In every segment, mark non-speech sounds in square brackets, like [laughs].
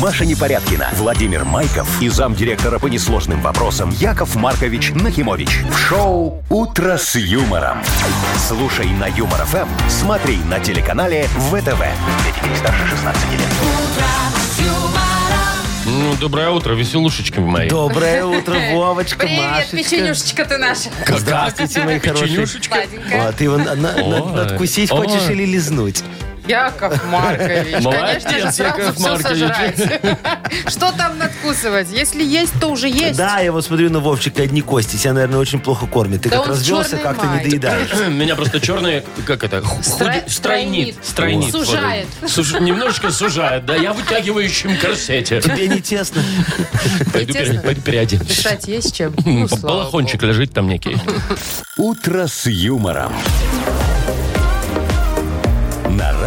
Маша Непорядкина, Владимир Майков и замдиректора по несложным вопросам Яков Маркович Нахимович. В шоу «Утро с юмором». Слушай на Юмор ФМ, смотри на телеканале ВТВ. Для детей старше 16 лет. Ну, доброе утро, веселушечки мои. Доброе [laughs] утро, Вовочка, Привет, Машечка. печенюшечка ты наша. Здравствуйте, мои хорошие. Печенюшечка. Сладенькая. А, ты его на- на- на- Ой. надкусить Ой. хочешь или лизнуть? Яков Маркович. Молодец, Конечно же, сразу Яков все Маркович. сожрать. Что там надкусывать? Если есть, то уже есть. Да, я вот смотрю на Вовчика одни кости. Тебя, наверное, очень плохо кормит. Ты Да как он развелся, черный как-то май. не доедаешь. Меня просто черный, как это, Стра- худи- стройнит. стройнит. Стройнит. Сужает. Вот. Суж- Немножечко сужает, да. Я в вытягивающем корсете. Тебе не тесно? Пойду пере- Тесно? пойду переоденусь. Дышать есть чем? М, Ну, б- слава Балахончик лежит там некий. «Утро с юмором». На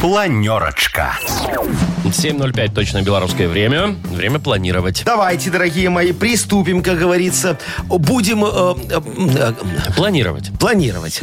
Планерочка. 7.05 точно белорусское время. Время планировать. [laughs] Давайте, дорогие мои, приступим, как говорится. Будем э, э, э, Планировать. планировать.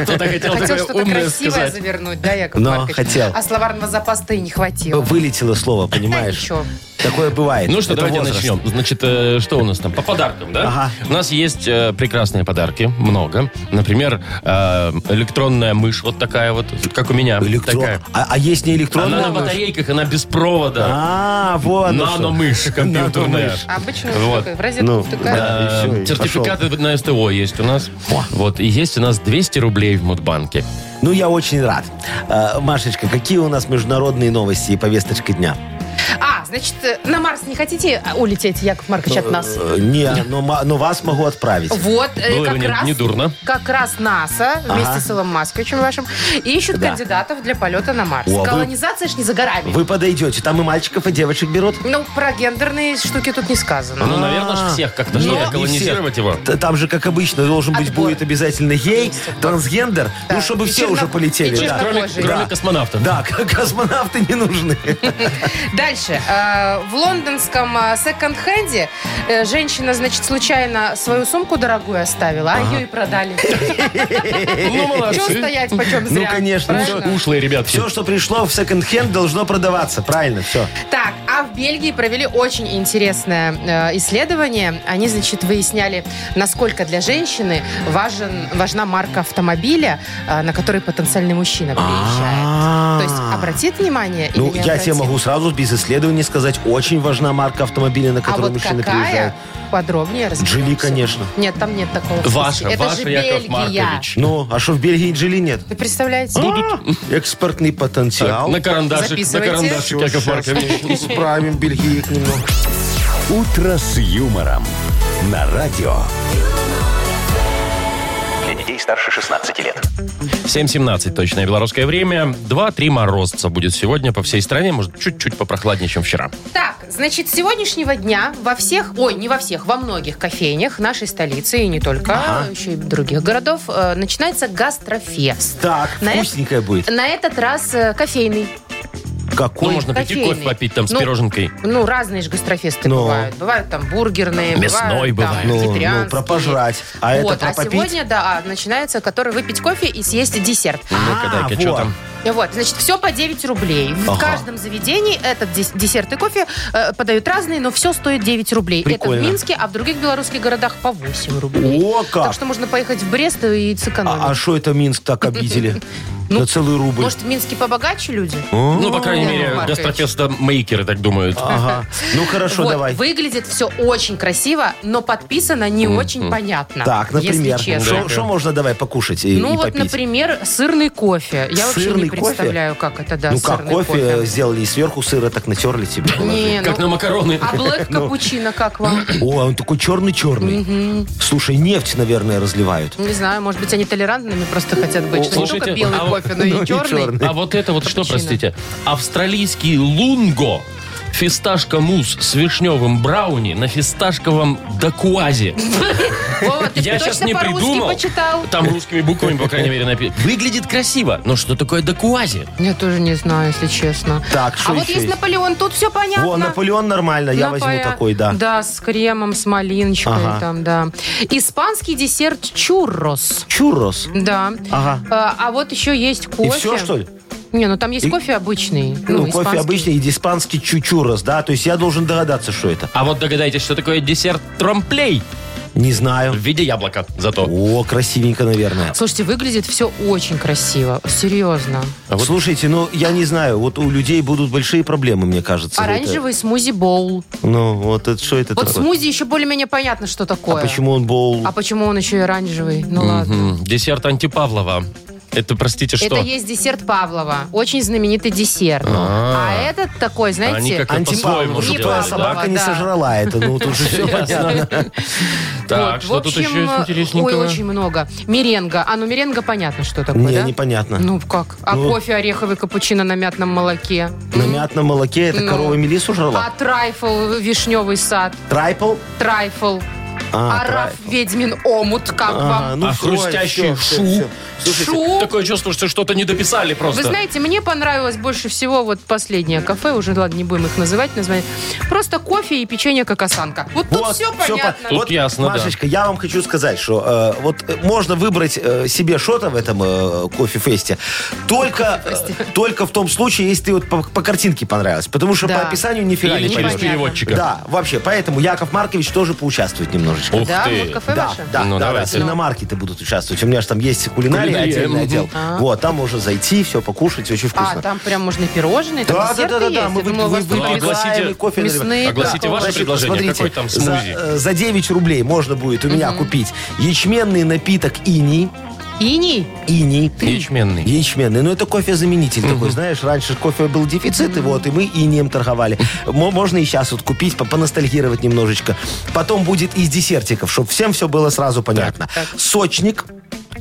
Кто-то хотел богу. Хотел такое что-то умное красивое сказать. завернуть, да, Яков Но Маркович? хотел. А словарного запаса-то и не хватило. Вылетело слово, понимаешь? Ничего. Такое бывает. Ну что, Это давайте возраст. начнем. Значит, э, что у нас там? По подаркам, да? Ага. У нас есть э, прекрасные подарки, много. Например, э, электронная мышь вот такая вот, как у меня. Электрон. Такая. А, а есть не электронная? Она на мышь? батарейках, она без провода. А, вот оно что. Нано-мышь компьютерная. Нано-мышь. Обычно Вот. в розетку Ну, втыкают. да. Э, И всё, и Сертификаты на СТО есть у нас. Вот, и есть у нас 200 рублей в Мудбанке. Ну, я очень рад. Э, Машечка, какие у нас международные новости и повесточка дня? А, значит, э, на Марс не хотите а, улететь, Яков Маркович, от нас? Э, Не, но, ма- но вас могу отправить. Вот, э, Было бы как не- раз... недурно. Как раз НАСА вместе с Илом Масковичем вашим ищут Да. кандидатов для полета на Марс. О, а вы- Колонизация ж не за горами. Вы подойдете, там и мальчиков, и девочек берут. Ну, про гендерные штуки тут не сказано. Ну, наверное, ж всех как-то же Нет, не колонизировать А. Ну, всех. его. Т- Там же, как обычно, должен быть, Отбор. будет обязательно гей, трансгендер, Да. ну, чтобы И все черно- уже полетели. и да. Кроме, Боже. кроме Да. космонавтов. Да, к- космонавты не нужны. Дальше. Э, В лондонском э, секонд-хенде э, женщина, значит, случайно свою сумку дорогую оставила, а ее [laughs] и продали. Ну, Чего молодцы. стоять, почем Ну, зря. конечно, правильно? всё. Ушлые ребятки. Все, что пришло в секонд-хенд, должно продаваться. Правильно, все. Так, а в Бельгии провели очень интересное э, исследование. Они, значит, выясняли, насколько для женщины важен, важна марка автомобиля, э, на который потенциальный мужчина А-а-а. приезжает. То есть обратит внимание или А. Ну, не я тебе обратит? могу сразу без исследований сказать, очень важна марка автомобиля, на А который вот мужчина какая? приезжает. Подробнее разберемся. Джили, конечно. Нет, там нет такого. Ваша, Это ваша, же Яков Бельгия. Маркович. Ну, а что в Бельгии джили нет? Вы представляете? Экспортный Так, потенциал. на карандашик, на Записывайте. карандашик, Всё, Яков щас Маркович. Исправим Ну, Бельгиек немного. «Утро с юмором» на радио. Для детей старше 16 лет. 7.17 точное белорусское время. 2-3 морозца будет сегодня по всей стране. Может, чуть-чуть попрохладнее, чем вчера. Так, значит, с сегодняшнего дня во всех, ой, не во всех, во многих кофейнях нашей столицы и не только, еще и других городов, э, начинается гастрофест. Так, На это- вкусненькое будет. На этот раз э, кофейный. Ну, Какой? можно прийти кофейный. кофе попить там с Ну, пироженкой. Ну, разные же гастрофесты Ну. бывают. Бывают там бургерные, Мясной бывают, там бывает. Ну, вегетарианские. ну, про пожрать. А вот, это про а попить? сегодня, да, а, начинается, который выпить кофе и съесть десерт. Ну-ка, А, дай-ка, что вот. там? Вот, значит, все по 9 рублей. В Ага. каждом заведении этот дес- десерт и кофе э, подают разные, но все стоит 9 рублей. Прикольно. Это в Минске, а в других белорусских городах по 8 рублей. О, Так как! что можно поехать в Брест и А сэкономить. что это Минск [laughs] так обидели? Ну, На целый рубль. Может, в Минске побогаче люди? Ну, по крайней Яков мере, Маркович. А, гастрофеста-мейкеры так думают. Ага. Ну, хорошо, Вот, давай. Выглядит все очень красиво, но подписано не очень понятно. Так, например, Если честно. что можно давай покушать и, Ну и вот, попить? например, сырный кофе. Я вообще Сырный не кофе? представляю, как это, да, ну как сырный кофе, сделали и сверху сыра, так натерли тебе. положили. [laughs] Не, Как ну, на макароны. а блэк ну. капучино как вам? О, а он такой черный-черный. Слушай, нефть, наверное, разливают. Не знаю, может быть, они толерантными просто хотят быть. Что не слушайте, только белый а вот- кофе, ну, но и Ну, и черный. черный. А вот это вот что, Капучино. простите? Австралийский лунго Фисташка мусс с вишневым брауни на фисташковом дакуазе. Вова, ты Я сейчас точно не по-русски придумал. почитал? Там русскими буквами, по крайней мере, написано. Выглядит красиво, но что такое дакуази? Я тоже не знаю, если честно. Так, а что вот еще есть есть? Наполеон, тут все понятно. Во, Наполеон нормально, я возьму Напоя- такой, да. Да, с кремом, с малиночкой Ага. там, да. Испанский десерт чуррос. Чуррос. Да. Ага. А, а вот еще есть кофе. И все, что ли? Не, ну там есть И- кофе обычный. Ну, кофе испанский. обычный и испанский чучурос, да? То есть я должен догадаться, что это. А вот догадайтесь, что такое десерт тромплей Не в знаю. виде яблока зато. О, красивенько, наверное. Слушайте, выглядит все очень красиво. Серьезно. А вот- Слушайте, ну, я не знаю, вот у людей будут большие проблемы, мне кажется. это. Оранжевый смузи-боул. Ну, вот это что это А Вот такое? смузи еще более-менее понятно, что А такое. почему он боул? А почему он еще и оранжевый? Ну ладно. М, Десерт антипавлова. Это, простите, что? Это есть десерт Павлова. Очень знаменитый десерт. А. А этот такой, Они знаете... как-то по-своему Антипавлов, же Не чтобы твоя делают, Павлова, да? Ну, собака не да. сожрала это. Ну, тут же все понятно. Так, вот, что в тут общем, еще есть Ой, интересненького? очень много. Меренга. А, ну меренга понятно, что такое, Не, да? непонятно. Ну как? А Ну. кофе ореховый капучино на мятном молоке? Ну, На мятном молоке это Ну. корова Мелису А жрала? трайфл вишневый сад? Трайпл? Трайфл. А, А, раф ведьмин омут, как Ага, вам? ну А всё, хрустящий всё, всё, шу? всё. Слушайте, Шу. Такое чувство, что что-то не дописали просто. Вы знаете, мне понравилось больше всего вот последнее кафе, уже, ладно, не будем их называть, название. Просто кофе и печенье как осанка. Вот, тут Вот, все всё понятно. Тут ясно, да. Машечка, я вам хочу сказать, что э, вот э, можно выбрать э, себе что-то в этом э, кофе-фесте только, э, [laughs] только в том случае, если ты вот по, по картинке понравилось. Потому что Да. по описанию нифига Или не через непонятно. поймешь. переводчика. Да, вообще. Поэтому Яков Маркович тоже поучаствует немножечко. Ух да, ты. вот кафе Да, ваше? да, Ну, да, давайте. да, свиномаркеты будут участвовать. У меня же там есть кулинария, Кулинария, отдельный мгм. отдел. Вот, там можно зайти, все покушать, очень А, вкусно. там прям можно и пирожные, там Да, да, десерты да, да, да, есть. мы Я думала, вы- у вас вы- там пригласите- пригласим, и кофе наливаем. мясные. Огласите да, ваше колбасы. предложение. Смотрите, Какой там за, смузи? э, За, 9 рублей можно будет у меня купить ячменный напиток иней. Иней? Иней. Ячменный. Ячменный. Ну, это кофе-заменитель такой, знаешь, раньше кофе был дефицит, и вот, и мы инеем [laughs] торговали. Мо- Можно и сейчас вот купить, по- поностальгировать немножечко. Потом будет из десертиков, чтобы всем все было сразу понятно. Сочник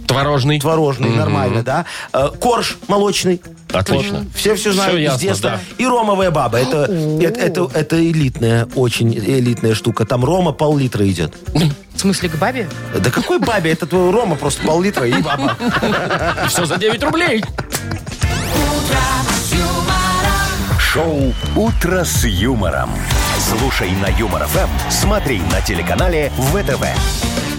Творожный. творожный, нормально, да? Э, Корж молочный. Отлично. Все все знают Всё из ясно, детства. да. И ромовая баба. Это, это, это, это элитная, очень элитная штука. Там рома пол-литра идет. В смысле, к бабе? Да какой бабе? Это твой рома просто пол-литра и баба. Все за 9 рублей. Шоу «Утро с юмором». Слушай на Юмор ФМ, смотри на телеканале ВТВ.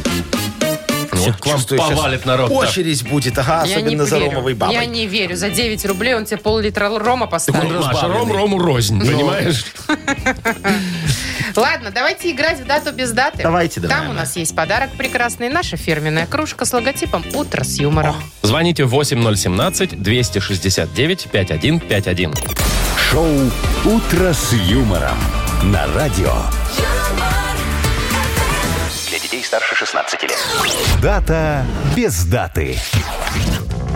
Вот Ну, к вам Чувствую, сейчас повалит народ. Очередь будет, ага, Я не особенно за верю. ромовой бабой. Я не верю. За 9 рублей он тебе пол-литра рома Ну, поставил. Маша, ром разбавленный. рому рознь, Ну. понимаешь? Ладно, давайте играть в дату без даты. Давайте, давай, Там у Маш. нас есть подарок прекрасный. Наша фирменная кружка с логотипом «Утро с юмором». Звоните 8017-269-5151. Шоу «Утро с юмором» на радио. Для детей старше 16 лет. Дата без даты.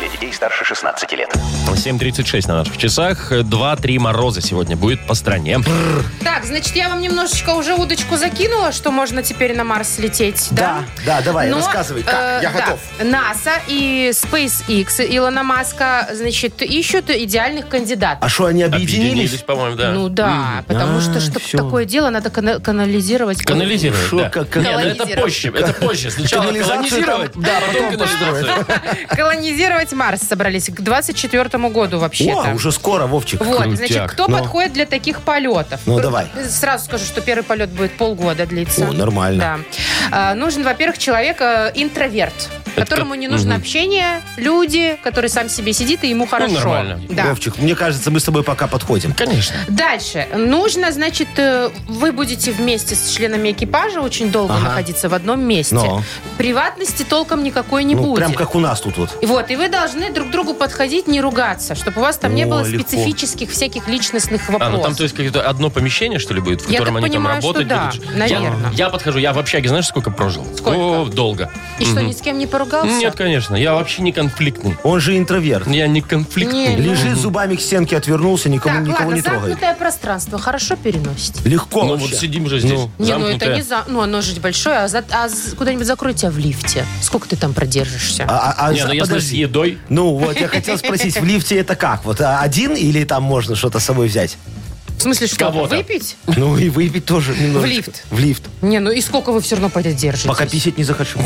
Для детей старше 16 лет. 7.36 на наших часах. 2-3 мороза сегодня будет по стране. Так, значит, я вам немножечко уже удочку закинула, что можно теперь на Марс лететь, да? э, Да, да, давай, рассказывай, как? Я да, готов. НАСА и SpaceX Илона Маска, значит, ищут идеальных кандидатов. А что, они объединились? Объединились, по-моему, да. Ну да, потому А, что чтоб всё. такое дело надо кана- канализировать. Канализировать, Шо, да. как- как- Не, ну это Колонизировать. позже, это позже. Сначала Канализацию колонизировать, там, да, потом потом канализацию. Колонизировать Марс собрались к 24 году вообще-то. О, уже скоро, Вовчик. Вот, Крутяк. значит, кто Ну. подходит для таких полетов? Ну, Кру- давай. Сразу скажу, что первый полет будет полгода длиться. О, нормально. Да. А, нужен, во-первых, человек э, интроверт, которому не нужно общение, люди, который сам себе сидит и Ну, ему хорошо. нормально. Да. Вовчик, мне кажется, мы с тобой пока подходим. Конечно. Дальше. Нужно, значит, э, вы будете вместе с членами экипажа очень долго Ага. находиться в одном месте. Но. Приватности толком никакой не ну, будет. прям как у нас тут вот. Вот, и вы должны друг к другу подходить, не ругаться, чтобы у вас там не О, было легко. специфических всяких личностных А, вопросов. ну там, то есть, какое-то одно помещение, что ли, будет, в Я котором так они там понимаю, что работать да, будут? наверное. Я, я подхожу, я в общаге, знаешь, сколько прожил? Сколько? О, долго. И что, Мгм. ни с кем не поругался? Нет, конечно, я вообще не конфликтный. Он же интроверт. Я не конфликтный. Не, ну- Лежит зубами к стенке, отвернулся, никому Так, никого ладно, не трогает. замкнутое пространство хорошо переносит. Легко Ну вообще. вот сидим же здесь. Не, ну это замкнутые. не за... Ну, оно же большое, а, за- а з- куда-нибудь закрой тебя в лифте. Сколько ты там продержишься? А- а- а- Не, ну если с подожди. едой. Ну вот, я хотел спросить, в лифте это как? Вот а, один или там можно что-то с собой взять? в смысле, что, кого-то. выпить? Ну и выпить тоже немножечко. лифт. В лифт. Не, ну и сколько вы все равно поддержите? Пока писать не захочу.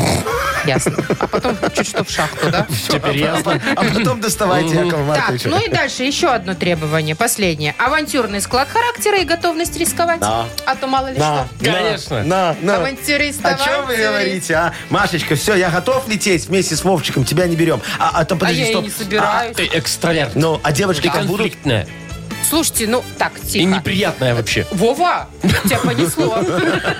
Ясно. А потом чуть что в шахту, [laughs] да? Теперь [laughs] ясно. А потом доставайте, Якова Так, Марковича. ну и дальше еще одно требование, последнее. Авантюрный склад характера и готовность рисковать. Да. А то мало ли На, что. на, Конечно. На, на. Авантюрист, О чем вы авантюрист. говорите, а? Машечка, все, я готов лететь вместе с Вовчиком, тебя не берем. А, а там, А подожди, я и стоп. А, не собираюсь. Ты экстраверт. Ну, а девочки Ты там будут? конфликтная. Слушайте, ну так, тихо. И неприятная вообще. Вова, тебя понесло. [laughs]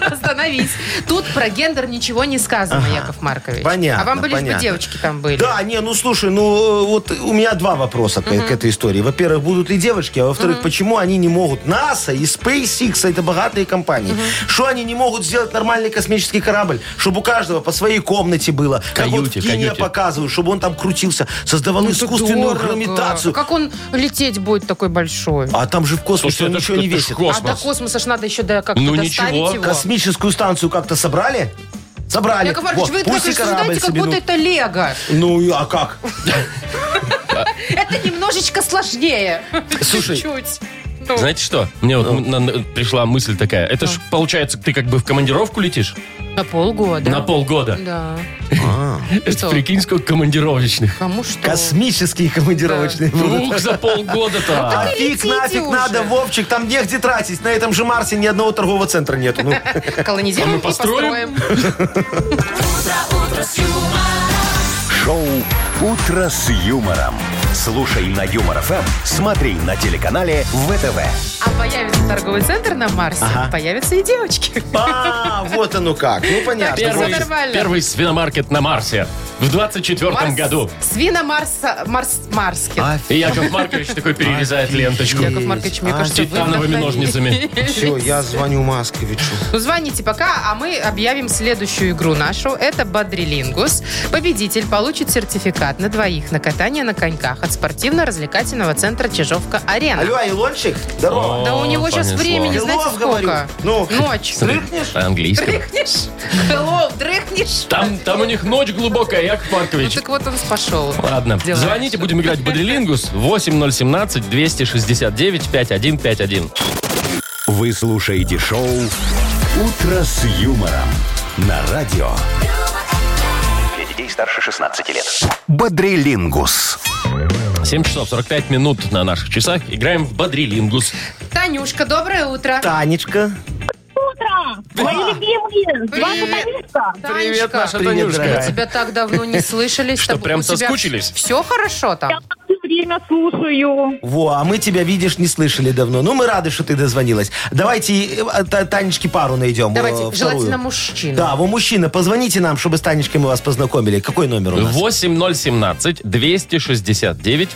Остановись. Тут про гендер ничего не сказано, Яков Маркович. Понятно, А вам бы лишь бы понятно. девочки там были. Да, не, ну слушай, ну э, вот у меня два вопроса к- к, этой истории. Во-первых, будут ли девочки, а во-вторых, почему они не могут? НАСА и SpaceX, это богатые компании. Что они не могут сделать нормальный космический корабль, чтобы у каждого по своей комнате было? как вот Каюте, в Кении каюте. показывают, чтобы он там крутился, создавал Ну, это искусственную дорого. гравитацию. Как он лететь будет такой большой? А там же в космосе Слушай, он это ничего ж- не это ж весит. А до космос. космоса ж надо еще до, как Ну, доставить ничего. его. Космическую станцию как-то собрали? Собрали. Яков Маркович, Вот, вы это пусть и корабль рассуждаете, как себе, ну. будто это лего. Ну, и- а как? [laughs] Это немножечко сложнее. [laughs] Слушай, Чуть-чуть. Ну, Знаете что? Мне вот Ну. м- на- на- пришла мысль такая. Это ж получается, ты как бы в командировку летишь на полгода. на полгода. Да. Это Что? прикинь, сколько командировочных. Кому что? Космические командировочные будут. Ух, за [laughs] А полгода-то. фиг летите нафиг уже. надо, Вовчик, там негде тратить. На этом же Марсе ни одного торгового центра нету. [laughs] Ну, Колонизируем А мы и построим. Шоу «Утро с юмором». Слушай на Юмор ФМ, смотри на телеканале ВТВ. А появится торговый центр на Марсе, Ага. появятся и девочки. А, вот оно как. Ну, понятно. Так, Первый, всё нормально. первый свиномаркет на Марсе в 24 Марс- году. А? Свина Марса, Марс, Марскин. И Яков Маркович такой перерезает ленточку. Яков Маркович, мне А, кажется, вы Титановыми вдохновились. ножницами. [laughs] Все, я звоню Масковичу. Ну, звоните пока, а мы объявим следующую игру нашу. Это «Бодрилингус». Победитель получит сертификат на двоих на катание на коньках от спортивно-развлекательного центра «Чижовка-Арена». Алло, а Илончик, здорово. Да О, у него сейчас понесло. времени, Hello, знаете, говорю. сколько? Ну. Ночь. Смотри, Дрыхнешь? Английском. Дрыхнешь? Hello, дрыхнешь? Там, там у них ночь глубокая, Яков Ну Маркович. так вот он пошел. Ладно, Дела. звоните, будем играть в Бодрилингус. 8017-269-5151. Вы слушаете шоу «Утро с юмором» на радио. Для детей старше 16 лет. Бодрилингус. 7 часов 45 минут на наших часах. Играем в Бодрилингус. Танюшка, доброе утро. Танечка. утро! Мои любимые! С вами Привет. Танюшка! Привет, наша Танечка, Привет, Танюшка. мы тебя так давно не слышали. Что, чтобы прям у тебя соскучились? Все хорошо Я там? все время слушаю. Во, а мы тебя, видишь, не слышали давно. Ну, мы рады, что ты дозвонилась. Давайте э, Та- Танечке пару найдем. э, Давайте, вторую. желательно мужчину. Да, вы мужчина, позвоните нам, чтобы с Танечкой мы вас познакомили. Какой номер у нас?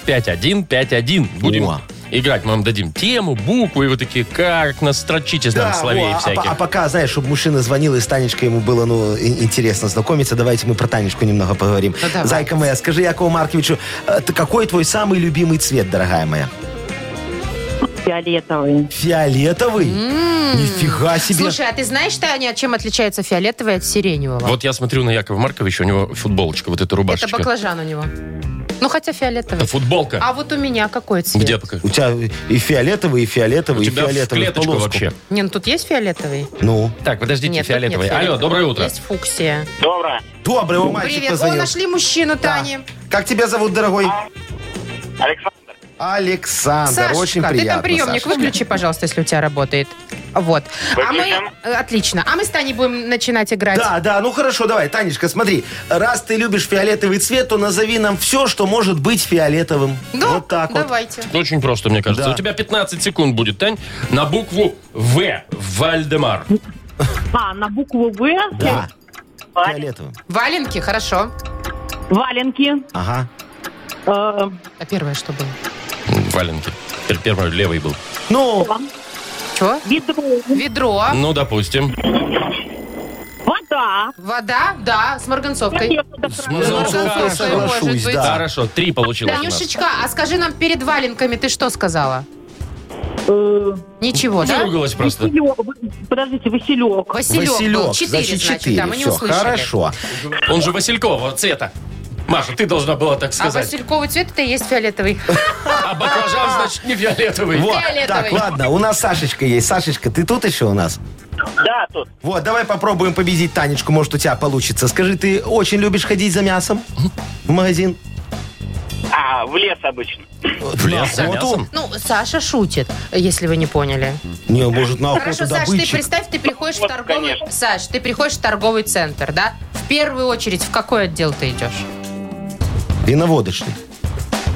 8017-269-5151. Будем О. играть. Мы вам дадим тему, буквы, и вы такие, как настрочите Да, там словей во, а, всяких. по- а пока, знаешь, чтобы мужчина звонил, и с Танечкой ему было, ну, и- интересно знакомиться, давайте мы про Танечку немного поговорим. Ну, давай. Зайка моя, скажи Якову Марковичу, э, ты- какой твой самый любимый цвет, дорогая моя? Фиолетовый. Фиолетовый? Нифига себе. Слушай, а ты знаешь, Таня, чем отличается фиолетовый от сиреневого? Вот я смотрю на Якова Марковича, у него футболочка, вот эта Это рубашечка. баклажан у него. Ну, хотя Это фиолетовый. футболка. А вот у меня какой цвет? Где пока? У тебя и фиолетовый, и фиолетовый, У и тебя в фиолетовый. в клеточку полоску. вообще. Не, ну тут есть фиолетовый? Ну, Так, подождите, Нет, тут фиолетовый. нет Алло, фиолетового. доброе утро. Есть фуксия. Доброе. добрый вам мальчик Привет. О, позвонил. нашли мужчину, Да. Тани. Как тебя зовут, дорогой? Александр. Александр, А. Сашечка, очень ты приятно. там приемник Сашечка. выключи, пожалуйста, если у тебя работает. Вот. А мы... Выключен. э, Отлично. А мы с Таней будем начинать играть. Да, да, ну хорошо, давай, Танечка, смотри. Раз ты любишь фиолетовый цвет, то назови нам все, что может быть фиолетовым. Да, вот так вот. Ну, давайте. Очень просто, мне кажется. Да. У тебя 15 секунд будет, Тань, на букву В. Вальдемар. А, на букву В. Да, Валь- фиолетовым. Валенки, хорошо. Валенки. Ага. Э, А первое что было? Валенки. Пер- Первый левый был. Ну, Что? ведро. Ведро. Ну, допустим. Вода. Вода, да, с марганцовкой. Нефть. Ну, С марганцовкой, хорошо. соглашусь, да. Хорошо, три получилось у нас. Танюшечка, а скажи нам перед валенками ты что сказала? Э, Ничего, да? Выругалась просто. Василек. Подождите, Василек. Василек, Василек, был. Четыре, значит, значит, четыре. да, мы не Всё, услышали. хорошо. Он же Василькового цвета. Маша, ты должна была так А сказать. васильковый цвет это и есть [laughs] фиолетовый. А баклажан, значит, не фиолетовый. Вот, Фиолетовый. так, ладно, у нас Сашечка есть. Сашечка, ты тут еще у нас? Да, тут. Вот, давай попробуем победить Танечку, может, у тебя получится. Скажи, ты очень любишь ходить за мясом в магазин? А, в лес обычно. В лес за мясом? Ну, Саша шутит, если вы не поняли. Не, может, на Хорошо, охоту Саш, ты добытчик. представь, ты приходишь в Вот, торговый... конечно. Саш, ты приходишь в торговый центр, да? В первую очередь, в какой отдел ты идешь? Виноводочный.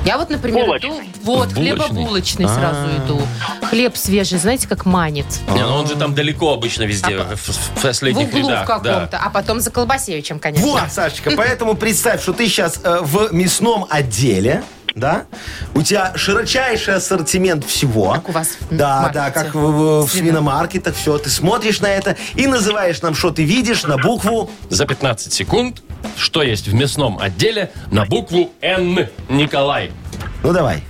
Я вот, например, Булочный. иду... Вот, В хлебобулочный сразу А. иду. Хлеб свежий, знаете, как манит. Не, ну он же там далеко обычно везде, в, в- в А В последних углу в рядах. да. каком-то, а потом за Колбасевичем, конечно. Вот, Сашечка, поэтому представь, что ты сейчас в мясном отделе, да? У тебя широчайший ассортимент всего. Как у вас в Да, маркете. да, как в, в- в Свино- свиномаркетах, все. Ты смотришь на это и называешь нам, что ты видишь на букву За 15 секунд, что есть в мясном отделе на букву Н. Николай. Ну давай.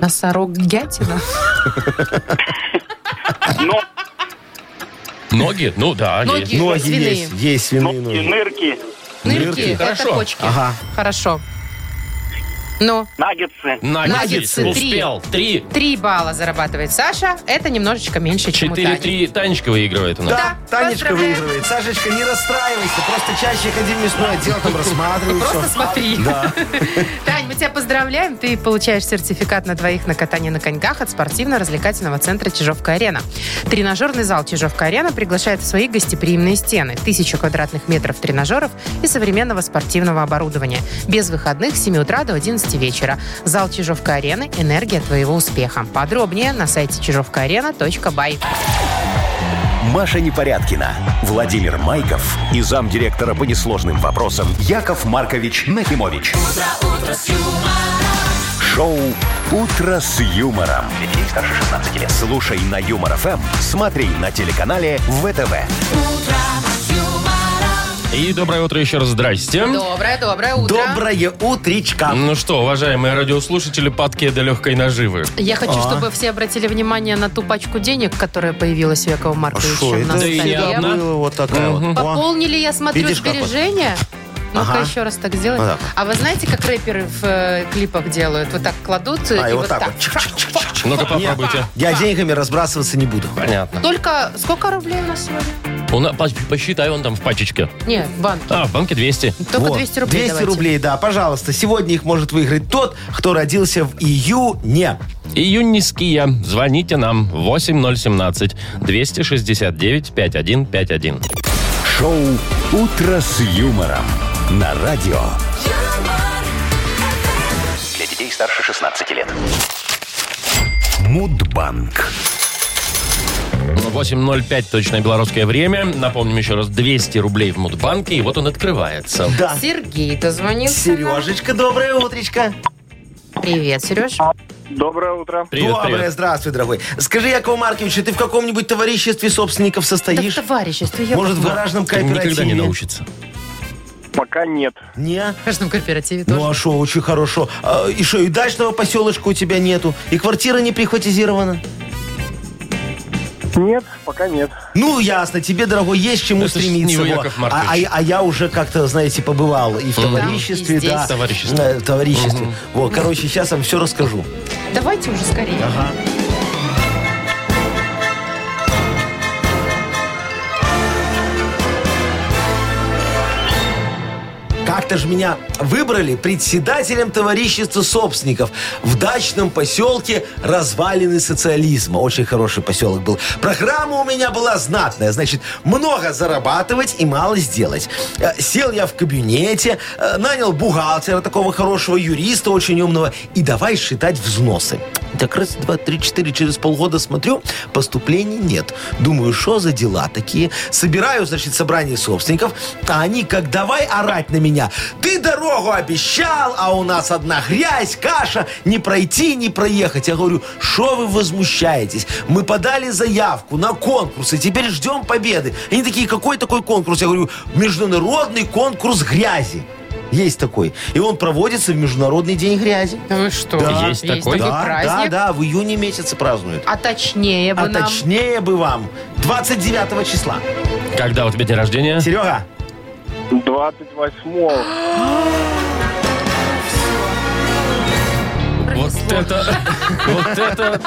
Носорог Гятина. [laughs] Но Ноги? Ну да, Ноги. есть. И Ноги свиные. есть, есть свиные ногти, ноги. нырки, Нырки, это Хорошо. почки. Ага. Хорошо. Ну, наггетсы. Наггетсы. Наггетсы. Успел. Три. три балла зарабатывает Саша. Это немножечко меньше, чем у Тани. 4-3. Танечка выигрывает у нас. Да, Да, Танечка поздравляем. выигрывает. Сашечка, не расстраивайся, просто чаще ходи в мясной отдел, там рассматривай всё. Просто смотри. [laughs] Тань, мы тебя поздравляем. Ты получаешь сертификат на двоих на катание на коньках от спортивно-развлекательного центра «Чижовка-арена». Тренажерный зал «Чижовка-арена» приглашает в свои гостеприимные стены. Тысячу квадратных метров тренажеров и современного спортивного оборудования. Без выходных с 7 утра до 11 10 вечера. Зал Чижовка-Арены «Энергия твоего успеха». Подробнее на сайте чижовкаарена.бай. Маша Непорядкина, Владимир Майков и замдиректора по несложным вопросам Яков Маркович Нахимович. Шоу Утро с юмором. Для детей старше 16 лет. Слушай на юмор ФМ, смотри на телеканале ВТВ. И доброе утро еще раз. Здрасте. Доброе, доброе утро. Доброе утречко. Ну что, уважаемые радиослушатели, падки до легкой наживы. Я А. хочу, чтобы все обратили внимание на ту пачку денег, которая появилась у Якова А Шо, Марковича это на Да и не столе. одна. было вот такая вот. О, Пополнили, я смотрю, Видишь, как вот? сбережения. Ну-ка Ага. еще раз так сделать. Вот так вот. А вы знаете, как рэперы в э, клипах делают? Вот Ну, так кладут э, А, и, и вот так вот. Чик-чик-чик-чик. Ну-ка попробуйте. Я деньгами разбрасываться не буду. Понятно. Только сколько рублей у нас сегодня? У нас- по- посчитай, он там в пачечке. Нет, банк. А, в банке 200. Только Вот. 200 рублей 200 давайте. рублей, да, пожалуйста. Сегодня их может выиграть тот, кто родился в июне. Июньские. Звоните нам 8017-269-5151. Шоу Утро с юмором на радио. Для детей старше 16 лет. Мудбанк. 8.05 точное белорусское время. Напомним еще раз, 200 рублей в Мудбанке, и вот он открывается. Да. Сергей дозвонился. Сережечка, доброе утречко. Привет, Сереж. А Доброе утро. Привет, доброе, привет. здравствуй, дорогой. Скажи, Яков Маркович, ты в каком-нибудь товариществе собственников Так, состоишь? товарищество, я Может, в в гаражном кооперативе? Никогда не научится. Пока нет. Не? каждом кооперативе Ну тоже. а что, очень хорошо. А, и что, и дачного поселочка у тебя нету? И квартира не прихватизирована? Нет, пока нет. Ну, ясно, тебе, дорогой, есть к чему Это ж не стремиться. вы, во. Яков а, Маркович. а- а я уже как-то, знаете, побывал и в и товариществе, здесь. да. В товариществе. э, в товариществе. Во, короче, сейчас вам все расскажу. Давайте уже скорее. Как-то же меня выбрали председателем товарищества собственников в дачном поселке развалины социализма. Очень хороший поселок был. Программа у меня была знатная. Значит, много зарабатывать и мало сделать. Э, Сел я в кабинете, э, нанял бухгалтера, такого хорошего юриста, очень умного, и давай считать взносы. Так раз, два, три, четыре, через полгода смотрю, поступлений нет. Думаю, что за дела такие? Собираю, значит, собрание собственников, а они как давай орать на меня. Ты дорогу обещал, а у нас одна грязь, каша, не пройти, не проехать. Я говорю, что вы возмущаетесь? Мы подали заявку на конкурс, и теперь ждем победы. Они такие, какой такой конкурс? Я говорю, международный конкурс грязи. Есть такой. И он проводится в Международный день грязи. Да вы что? Да. Есть такой? да, праздник. да, да, в июне месяце празднуют. А точнее бы А нам... точнее бы вам, 29 числа. Когда у тебя день рождения? Серега, 28-го. Вот это... Вот это...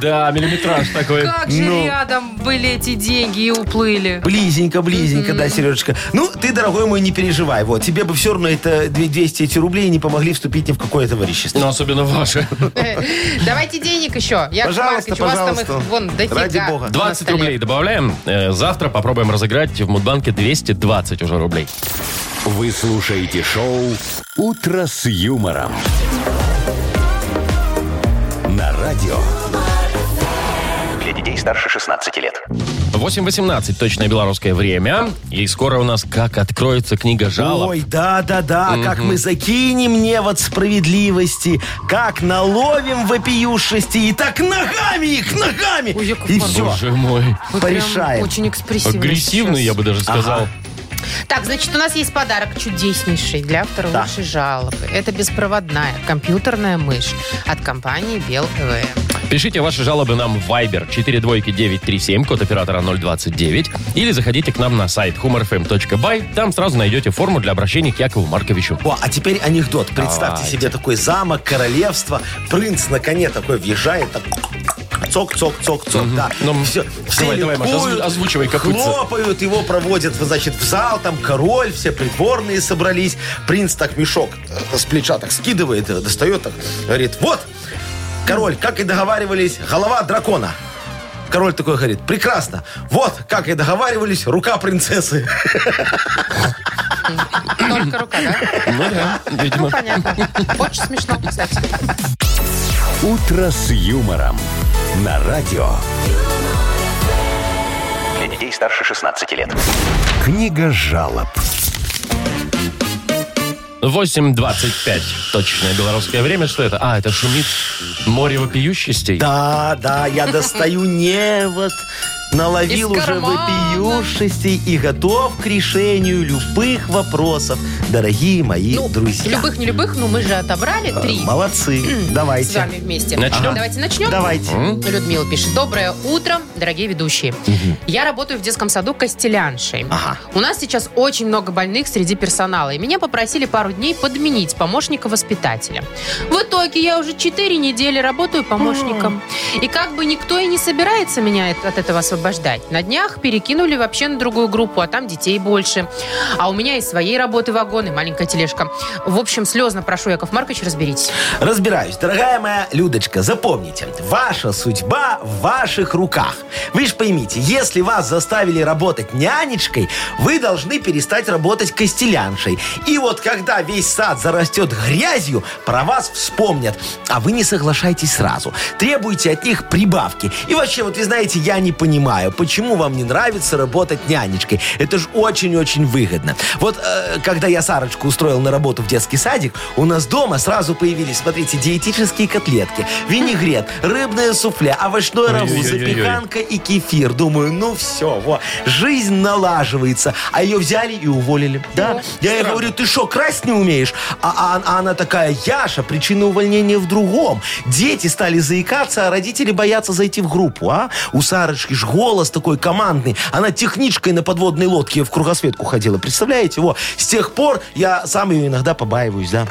Да, миллиметраж такой. Как же Ну. рядом были эти деньги и уплыли. близенько, близенько, да, Сережечка. Ну, ты, дорогой мой, не переживай. Вот, тебе бы все равно это две- 200 эти рублей не помогли вступить ни в какое товарищество. Ну, особенно ваши. Давайте денег еще. Яков Пожалуйста, Маркович, у вас там их пожалуйста. вон дофига. Ради бога. на 20 столе. рублей добавляем. Э, Завтра попробуем разыграть в Мудбанке 220 уже рублей. Вы слушаете шоу «Утро с юмором». На радио. Для детей старше 16 лет. 8.18 точное белорусское время. И скоро у нас как откроется книга жалоб. Ой, да, да, да, как мы закинем невод справедливости, как наловим вопиюшести и так ногами их, ногами. Ой, Яков и Маркович. все, Боже мой. Вы прям Порешаем. Очень экспрессивно. Агрессивный, я сейчас. бы даже сказал. Так, значит, у нас есть подарок чудеснейший для автора Да. лучшей жалобы. Это беспроводная компьютерная мышь от компании Bell ЭВМ. Пишите ваши жалобы нам в Viber 42937, код оператора 029. Или заходите к нам на сайт humorfm.by. Там сразу найдете форму для обращения к Якову Марковичу. О, а теперь анекдот. Представьте Давайте. себе такой замок, королевство, принц на коне такой въезжает, так цок, цок, цок, цок, да. Ну, все, давай, давай, Маша, ликуют, озв- озвучивай копытца. Хлопают, его проводят, значит, в зал, там король, все придворные собрались. Принц так мешок э, с плеча так скидывает, э, достает так, говорит, вот, король, как и договаривались, голова дракона. Король такой говорит, прекрасно. Вот, как и договаривались, рука принцессы. Только рука, да? Ну да, Ну, видимо. понятно. Очень смешно, кстати. «Утро с юмором» на радио. Для детей старше 16 лет. Книга жалоб. 8.25. Точное белорусское время. Что это? А, это шумит море вопиющестей. Да, да, я достаю невод, наловил Из уже кармана. вопиюшестей и готов к решению любых вопросов, дорогие мои Ну, друзья. любых, не любых, но мы же отобрали Э, три. Молодцы, С вами давайте. вместе. Начнем? Ага. Давайте начнем. Давайте. М? Людмила пишет. Доброе утро, дорогие ведущие. Я работаю в детском саду Костеляншей. А. Ага. У нас сейчас очень много больных среди персонала, и меня попросили пару дней подменить помощника воспитателя. В итоге я уже четыре недели работаю помощником. И как бы никто и не собирается меня эт- от этого освобождать. На днях перекинули вообще на другую группу, а там детей больше. А у меня и своей работы вагон, и маленькая тележка. В общем, слезно прошу, Яков Маркович, разберитесь. Разбираюсь. Дорогая моя Людочка, запомните, ваша судьба в ваших руках. Вы же поймите, если вас заставили работать нянечкой, вы должны перестать работать костеляншей. И вот когда весь сад зарастет грязью, про вас вспомнят. А вы не соглашайтесь сразу. Требуйте от них прибавки. И вообще, вот вы знаете, я не понимаю, почему вам не нравится работать нянечкой. Это же очень-очень выгодно. Вот э, когда я Сарочку устроил на работу в детский садик, у нас дома сразу появились, смотрите, диетические котлетки, винегрет, рыбное суфле, овощное раву, Ой-ой-ой-ой. запеканка и кефир. Думаю, ну все, во, жизнь налаживается. А ее взяли и уволили. Да? Я ей говорю, ты что, красть не умеешь? А, а- а она такая, Яша, причина увольнения в другом. Дети стали заикаться, а родители боятся зайти в группу, а? У Сарочки ж голос такой командный. Она техничкой на подводной лодке в кругосветку ходила. Представляете? Во, с тех пор я сам ее иногда побаиваюсь, да?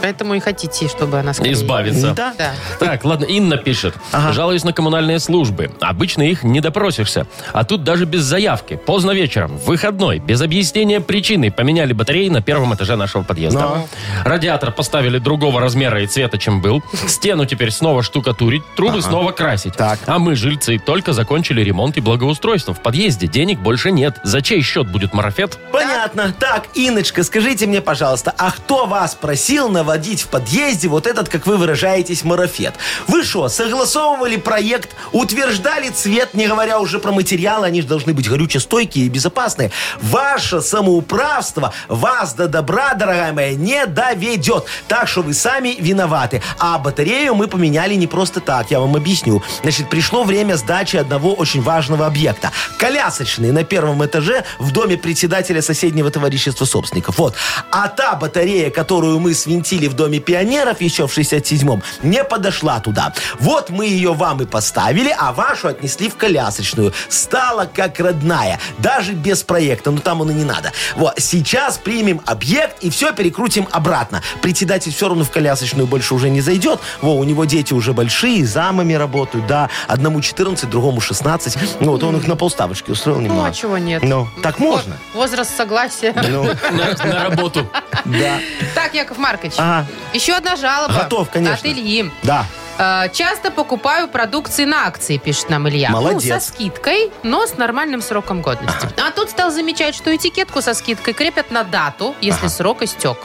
Поэтому и хотите, чтобы она скорее... Избавиться. Да. Да. Так, ладно, Инна пишет. Жалуюсь на коммунальные службы. Обычно их не допросишься. А тут даже без заявки. Поздно вечером, в выходной, без объяснения причины поменяли батареи на первом этаже нашего подъезда. Радиатор поставили другого размера и цвета, чем был. Стену теперь снова штукатурить, трубы снова красить. Так. А мы, жильцы, только закончили ремонт и благоустройство. В подъезде денег больше нет. За чей счет будет марафет? Понятно. Так, Иночка, скажите мне, пожалуйста, а кто вас просил наводить в подъезде вот этот, как вы выражаетесь, марафет? Вы что, согласовывали проект, утверждали цвет, не говоря уже про материалы, они же должны быть горючестойкие и безопасные. Ваше самоуправство вас до добра, дорогая моя, не доведет. Так что вы сами виноваты. А батарею мы поменяли не просто так, я вам объясню. Значит, пришло время сдачи одного очень важного объекта. Колясочный на первом этаже в доме председателя соседнего товарищества собственников. Вот. А та батарея, которую мы свинтили в доме пионеров еще в 67-м, не подошла туда. Вот мы ее вам и поставили, а вашу отнесли в колясочную. Стала как родная. Даже без проекта, но там он и не надо. Вот. Сейчас примем объект и все перекрутим обратно. Председатель все равно в колясочную больше уже не зайдет. Во, у него дети уже большие, замами работают, да. Одному 14, другому 16. Ну, вот он их на полставочки устроил Ну, немного. а чего нет? Ну, так можно. Во- Возраст согласия. [laughs] Ну, На, на работу. да. Так, Яков Маркович, Ага. еще одна жалоба. Готов, конечно. От Ильи. а, Да. Э, Часто покупаю продукции на акции, пишет нам Илья. Молодец. Ну, со скидкой, но с нормальным сроком годности. А тут стал замечать, что этикетку со скидкой крепят на дату, если срок истек.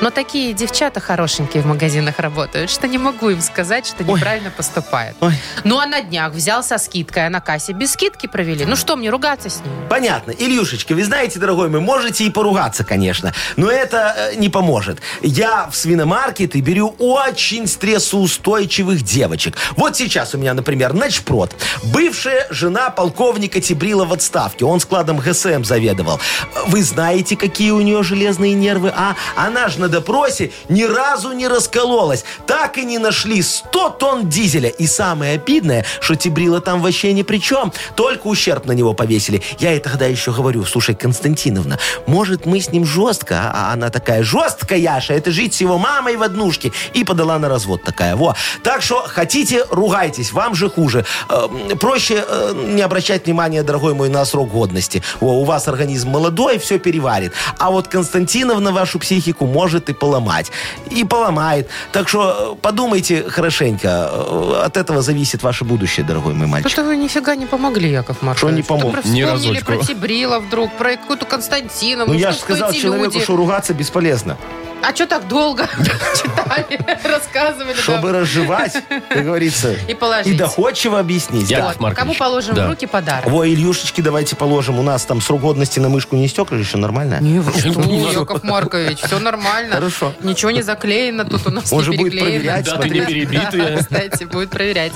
Но такие девчата хорошенькие в магазинах работают, что не могу им сказать, что неправильно поступают. Ой. Ну, а на днях взял со скидкой, а на кассе без скидки провели. Ну что мне ругаться с ним? Понятно. Ильюшечка, вы знаете, дорогой мой, можете и поругаться, конечно, но это э, не поможет. Я в свиномаркеты беру очень стрессоустойчивых девочек. Вот сейчас у меня, например, ночпрод. Бывшая жена полковника Тибрила в отставке. Он складом ГСМ заведовал. Вы знаете, какие у нее железные нервы, а? Она же на допросе ни разу не раскололась. Так и не нашли 100 тонн дизеля. И самое обидное, что Тибрила там вообще ни при чем. Только ущерб на него повесили. Я ей тогда еще говорю, слушай, Константиновна, может мы с ним жестко? А а она такая, жесткая Яша, это жить с его мамой в однушке. И подала на развод такая. Во. Так что хотите, ругайтесь, вам же хуже. Э, м, Проще э, не обращать внимания, дорогой мой, на срок годности. Во, у вас организм молодой, все переварит. А вот Константиновна вашу психику может может и поломать. И поломает. Так что э, подумайте хорошенько. Э, От этого зависит ваше будущее, дорогой мой мальчик. Что Ну, вы нифига не помогли, Яков Маркович. Что не Там помог? про- Ни Вспомнили разочку. про Тибрила вдруг, про какую-то Константинову. Ну, я что же ж сказал эти человеку, люди? что ругаться бесполезно. А что [laughs] так долго читали, [laughs] рассказывали? да? Чтобы разжевать, как говорится, [laughs] И положить. и доходчиво объяснить. Я- да. Яков Маркович. Кому положим Да. в руки подарок? Во, Ильюшечки давайте положим. У нас там срок годности на мышку не истек, еще нормально? Не, вы что, Яков Маркович, все нормально. Хорошо. Ничего не заклеено тут у нас, Он не же будет переклеено. проверять, Да, ты не а. смотреть. перебитые. Да, [laughs] кстати, будет проверять.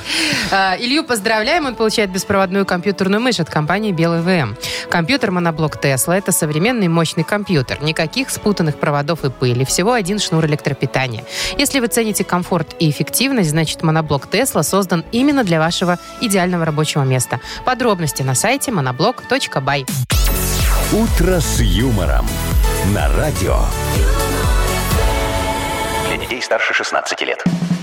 А, Илью поздравляем, он получает беспроводную компьютерную мышь от компании Белый ВМ. Компьютер моноблок Тесла – это современный мощный компьютер. Никаких спутанных проводов и пыли, всего один шнур электропитания. Если вы цените комфорт и эффективность, значит моноблок Тесла создан именно для вашего идеального рабочего места. Подробности на сайте monoblock.by. «Утро с юмором» на радио. Для детей старше 16 лет.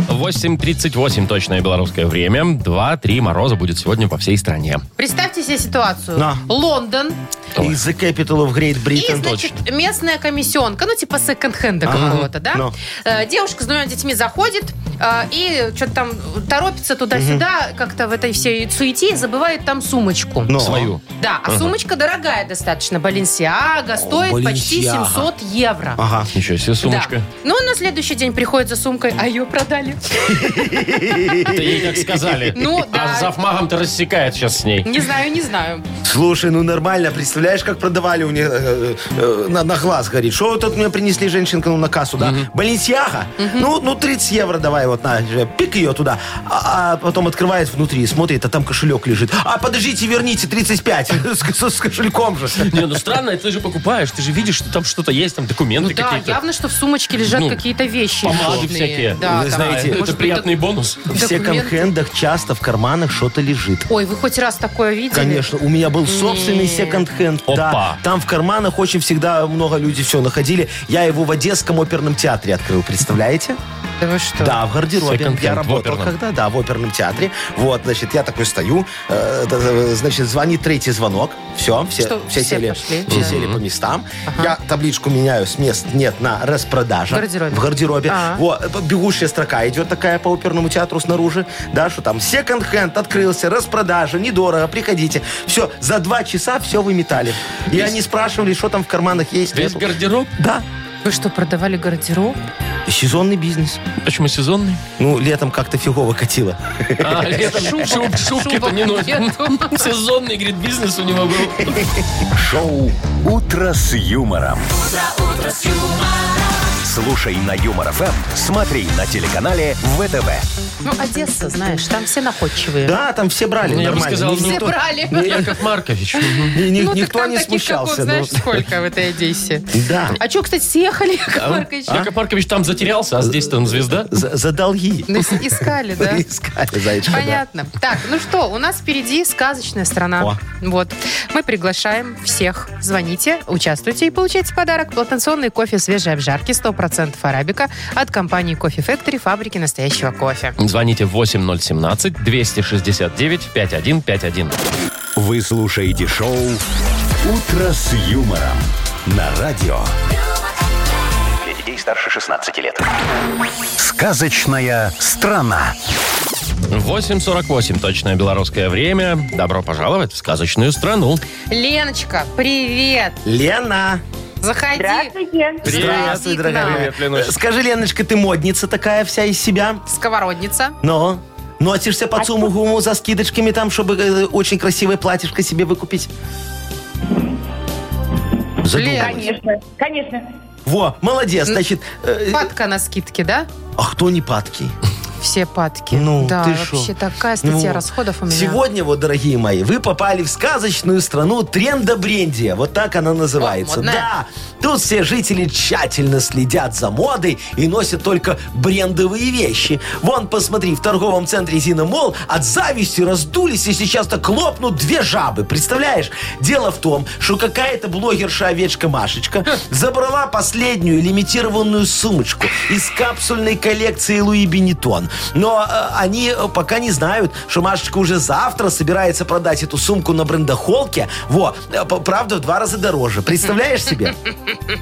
8.38 точное белорусское время. 2-3 мороза будет сегодня по всей стране. Представьте себе ситуацию. Да. Лондон Из the capital of Great и, Britain. значит, местная комиссионка, ну, типа секонд-хенда какого-то, да? Ну. Э, девушка с двумя детьми заходит э, и что-то там торопится туда-сюда, как-то в этой всей суете и забывает там сумочку. Но. Свою. Да, а сумочка дорогая достаточно, Balenciaga, стоит почти Balenciaga. 700 евро. Ага. Ничего себе А, сумочка. Да. Ну, на следующий день приходит за сумкой, а ее продали. Это ей как сказали. Ну, да. А завмагом-то рассекает сейчас с ней. Не знаю, [laughs] не знаю. Слушай, ну нормально, представляешь, как продавали у них э, э, на, на глаз горит. Что вот тут мне принесли женщинка ну, на кассу, да? Баленсиага? Ну, ну 30 евро давай, вот на, э, пик ее туда. А, а потом открывает внутри, и смотрит, а там кошелек лежит. А подождите, верните 35 [laughs] с, ко- с кошельком же. Не, ну странно, это ты же покупаешь, ты же видишь, что там что-то есть, там Ну документы да, какие-то. явно, что в сумочке лежат Ну, какие-то вещи. Помады нужные. всякие. Да, Вы там, знаете, Это может быть, приятный бонус. В секонд-хендах часто в карманах что-то лежит. Ой, вы хоть раз такое видели? Конечно, у меня был собственный секонд-хенд. Опа. Да, там в карманах очень всегда много людей все находили. Я его в Одесском оперном театре открыл, представляете? Да вы что? Да, в гардеробе. Секонд-хенд в Я работал оперном. когда, да, в оперном театре. Вот, значит, я такой стою, э, да, да, значит, звонит третий звонок. Все, все, Что, все, все сели, пошли? все Да. сели по местам. Я табличку меняю с мест нет на распродажа. В гардеробе. В гардеробе. А. Вот, э, бегущая строка идет такая по оперному театру снаружи, да, что там секонд-хенд открылся, распродажа, недорого, приходите. Все, за два часа все выметали. И они спрашивали, что там в карманах есть. Весь нету. гардероб, Да, Вы что, продавали гардероб? сезонный бизнес. почему сезонный? Ну, летом как-то фигово катило. А, летом шуб- шубки-то не носит. нету. Сезонный, говорит, бизнес у него был. Шоу «Утро с юмором». Слушай на Юмор ФМ, смотри на телеканале ВТВ. Ну, Одесса, знаешь, там все находчивые. Да, там все брали, Ну, я бы нормально. сказал, Все ну, брали. Яков Маркович. мгм. Ни- ни- ну, так никто там не таких, смущался. Каков, знаешь, ну. сколько в этой Одессе? Да. А что, кстати, съехали, А? Яков Маркович? Яков Маркович там затерялся, а здесь там звезда. За, за долги. Ну, с- Искали, [laughs] да? Искали, зайчика, да. Понятно. Так, ну что, у нас впереди сказочная страна. О. Вот. Мы приглашаем всех. Звоните, участвуйте и получайте подарок. Платанционный кофе свежей обжарки 100% арабика от компании Кофе Factory, фабрики настоящего кофе. Звоните 8017-269-5151. Вы слушаете шоу «Утро с юмором» на радио. Для детей старше 16 лет. Сказочная страна. 8.48, точное белорусское время. Добро пожаловать в сказочную страну. Леночка, привет! Лена. Заходи! Здравствуйте. Привет. Заходи к нам. Привет, Леночка. Э, Скажи, Леночка, ты модница такая вся из себя? Сковородница. Но носишься А по цуму гуму за скидочками там, чтобы э, очень красивое платьишко себе выкупить? Задумалась. Конечно, конечно. Во, молодец, значит... э, Падка на скидке, да? а кто не падкий? Все падки. Ну, да, ты шо? вообще такая статья Ну, расходов у меня. Сегодня, вот, дорогие мои, вы попали в сказочную страну трендобрендия. Вот так она О, называется. модная. да, тут все жители тщательно следят за модой и носят только брендовые вещи. Вон, посмотри, в торговом центре Зина Мол от зависти раздулись и сейчас так лопнут две жабы. Представляешь? Дело в том, что какая-то блогерша-овечка Машечка забрала последнюю лимитированную сумочку из капсульной коллекции Луи Бенетон. Но э, они э, пока не знают, что Машечка уже завтра собирается продать эту сумку на брендохолке. Во, э, п- правда, в два раза дороже. Представляешь себе?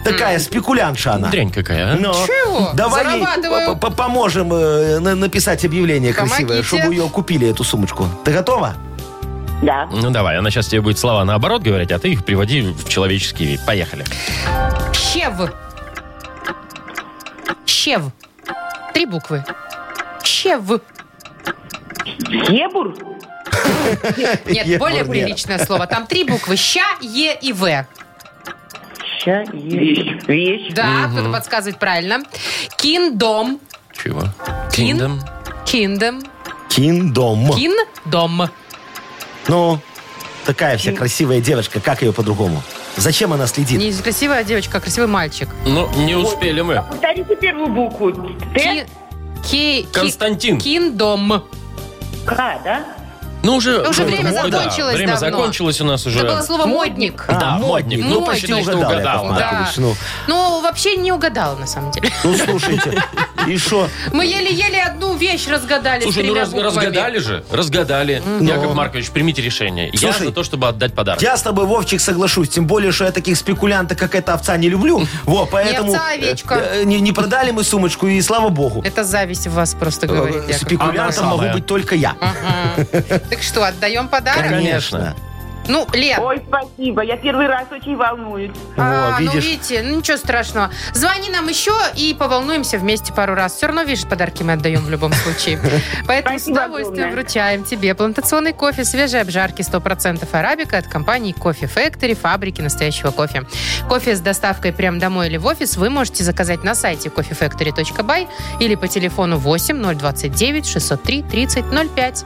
Такая спекулянша она. Дрянь какая, а? Ну, Чего? Давай ей Зарабатываю. п- п- поможем э, на- написать объявление красивое, Помогите. чтобы ее купили, эту сумочку. Ты готова? Да. Ну давай, она сейчас тебе будет слова наоборот говорить, а ты их приводи в человеческий вид. Поехали. Чев. Чев. Три буквы. Чев. Ебур? Нет, Ебур, более нет. приличное слово. Там три буквы. Ща, Е и В. Ща, Вещь. Вещь. Да, кто-то подсказывает правильно. Киндом. Чего? Кин. Kingdom. Киндом. Киндом. Киндом. Ну, такая вся красивая девочка. Как ее по-другому? Зачем она следит? Не красивая девочка, а красивый мальчик. Ну, не успели мы. Повторите первую букву. Т, Ки- ки- ки- Константин. Киндом. К, да? Ну, уже... Уже время ну, да, закончилось Время давно. закончилось у нас уже. Это было слово «модник». Да, А, модник. модник. Ну, Модник. посчитай, что Угадал, Яков угадал. Маркович. Да. ну. Ну, вообще не угадала, на самом деле. Ну, слушайте. И что? Мы еле-еле одну вещь разгадали с Слушай, ну тремя раз- буквами. разгадали же, разгадали. Яков Маркович, примите решение. Я Слушай, за то, чтобы отдать подарок. Я с тобой, Вовчик, соглашусь. Тем более, что я таких спекулянтов, как эта овца, не люблю. Во, поэтому... овца, а овечка. э, э, Не не продали мы сумочку, и слава богу. Это зависть в вас просто Э, говорит, Яков Маркович. Спекулянтом Она могу самая. быть только я. Так что, отдаем подарок? Конечно. Ну, Лен, Ой, спасибо. Я первый раз очень волнуюсь. а, Во, ну видишь? видите, ну ничего страшного. Звони нам еще и поволнуемся вместе пару раз. Все равно, видишь, подарки мы отдаем в [laughs] любом случае. Поэтому с Спасибо удовольствием огромное. вручаем тебе плантационный кофе свежей обжарки 100% арабика от компании Кофе Factory, фабрики настоящего кофе. Кофе с доставкой прямо домой или в офис вы можете заказать на сайте coffeefactory.by или по телефону 8 029 603 3005.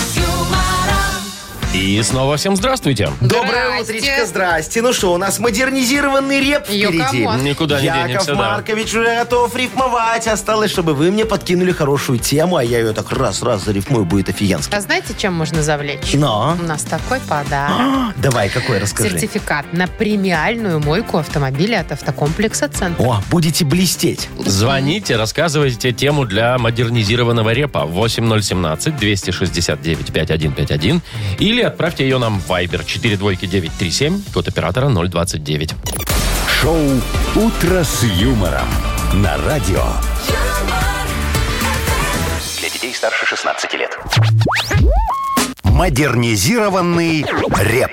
И снова всем здравствуйте. Доброе Здрасте. утречко, здрасте. Ну что, у нас модернизированный реп впереди. Йокомон. Никуда не Яков денемся, да. Маркович уже готов рифмовать. Осталось, чтобы вы мне подкинули хорошую тему, а я ее так раз-раз зарифмую, будет офигенски. А знаете, чем можно завлечь? Но. У нас такой подарок. Давай, какой, расскажи. Сертификат на премиальную мойку автомобиля от автокомплекса «Центр». О, будете блестеть. Звоните, рассказывайте тему для модернизированного репа 8017-269-5151 или отправьте ее нам в Viber 42937, код оператора 029. Шоу «Утро с юмором» на радио. Для детей старше 16 лет. Модернизированный реп.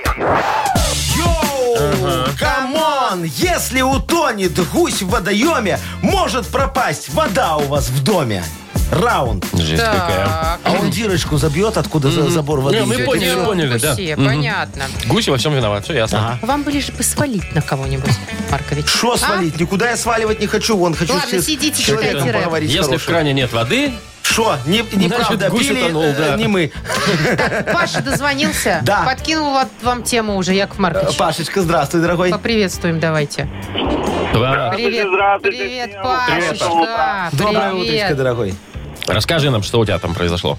Йоу! Камон! Если утонет гусь в водоеме, может пропасть вода у вас в доме. Раунд. Жесть какая. Так. А он дырочку забьет, откуда за- забор воды. Не, мы идет, и поняли, всё. поняли, да. Гуси, Мгм. Понятно. Гуси во всем виноват, все ясно. Вам бы лишь бы свалить на кого-нибудь, Маркович. Шо свалить? Никуда я сваливать не хочу. Вон, хочу А? Ладно, с- с сидите, человеком читайте рэп. поговорить Если в хорошим. кране нет воды, Шо? Не, неправда. гусь Пили, утонул, э, да. не мы. Паша дозвонился. Да. Подкинул вот вам тему уже, Яков Э, Маркович. Пашечка, здравствуй, дорогой. Поприветствуем давайте. да. Привет, здравствуйте привет, всем. Пашечка. Доброе утречко, Привет. дорогой. расскажи нам, что у тебя там произошло.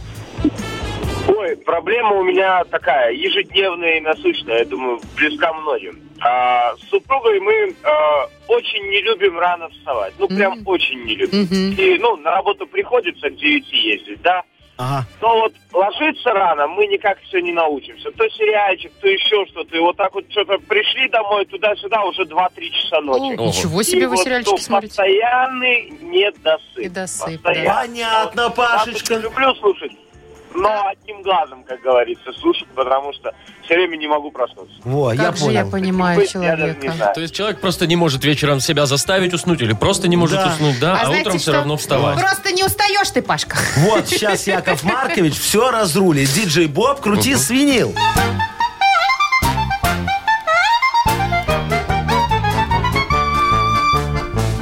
Ой, проблема у меня такая, ежедневная и насущная, я думаю, близка многим. А, с супругой мы а, очень не любим рано вставать. Ну, прям Мгм. очень не любим. Мгм. И, ну, на работу приходится к 9 ездить, да? Ага. Но вот ложиться рано мы никак все не научимся. То сериальчик, то еще что-то. И вот так вот что-то пришли домой туда-сюда уже 2-3 часа ночи. О, Ничего себе И вы вот, ну, сериальчики смотрите. Постоянный недосып. Недосып, Постоянный. да. Понятно, Я Пашечка. очень люблю слушать, но одним глазом, как говорится, слушать, потому что все время не могу проснуться. Во, я Как же я понял. понимаю Быть, я даже не человека. знаю. То есть человек просто не может вечером себя заставить уснуть или просто не может Да. уснуть, да, а, знаете утром все что? равно вставать. Просто не устаешь ты, Пашка. Вот сейчас Яков Маркович все разрулит. Диджей Боб, крути свинил.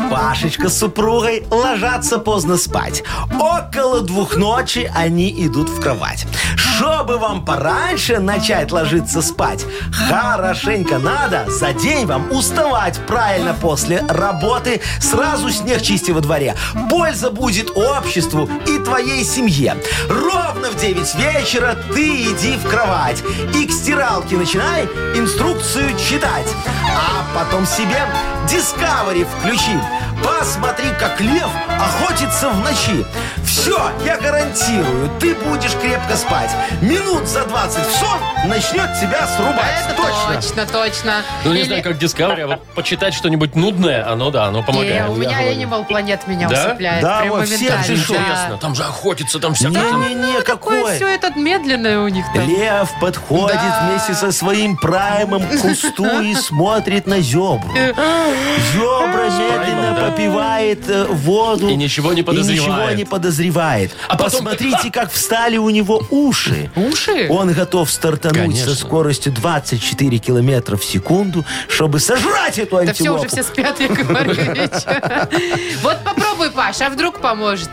Пашечка с супругой ложатся поздно спать. Около двух ночи они идут в кровать. Чтобы вам пораньше начать ложиться спать, хорошенько надо за день вам уставать правильно после работы, сразу снег чисти во дворе. Польза будет обществу и твоей семье. Ровно в 9 вечера ты иди в кровать и к стиралке начинай инструкцию читать. А потом себе Discovery включи. Посмотри, как лев охотится в ночи. Все, я гарантирую, ты будешь крепко спать. Минут за 20 в сон начнет тебя срубать. Это Точно. точно, точно. Ну, не Или- знаю, как Discovery, а вот почитать что-нибудь нудное, оно, да, оно Э, помогает. у меня Animal Planet меня Да? усыпляет. Да, прям вот все моментально. же шо- Да. Интересно, там же охотится, там всякое. Не-не-не, Какое какое? все это медленное у них там. Лев подходит Да. вместе со своим праймом к кусту и смотрит на зебру. Зебра медленно попивает э, воду. И ничего не подозревает. И ничего не подозревает. А потом- Посмотрите, как встали у него уши. Уши? Он готов стартануть Конечно. со скоростью 24 километра в секунду, чтобы сожрать эту Да все антилопу. уже все спят, Яков Маркович. Вот попробуй, Паш, а вдруг поможет.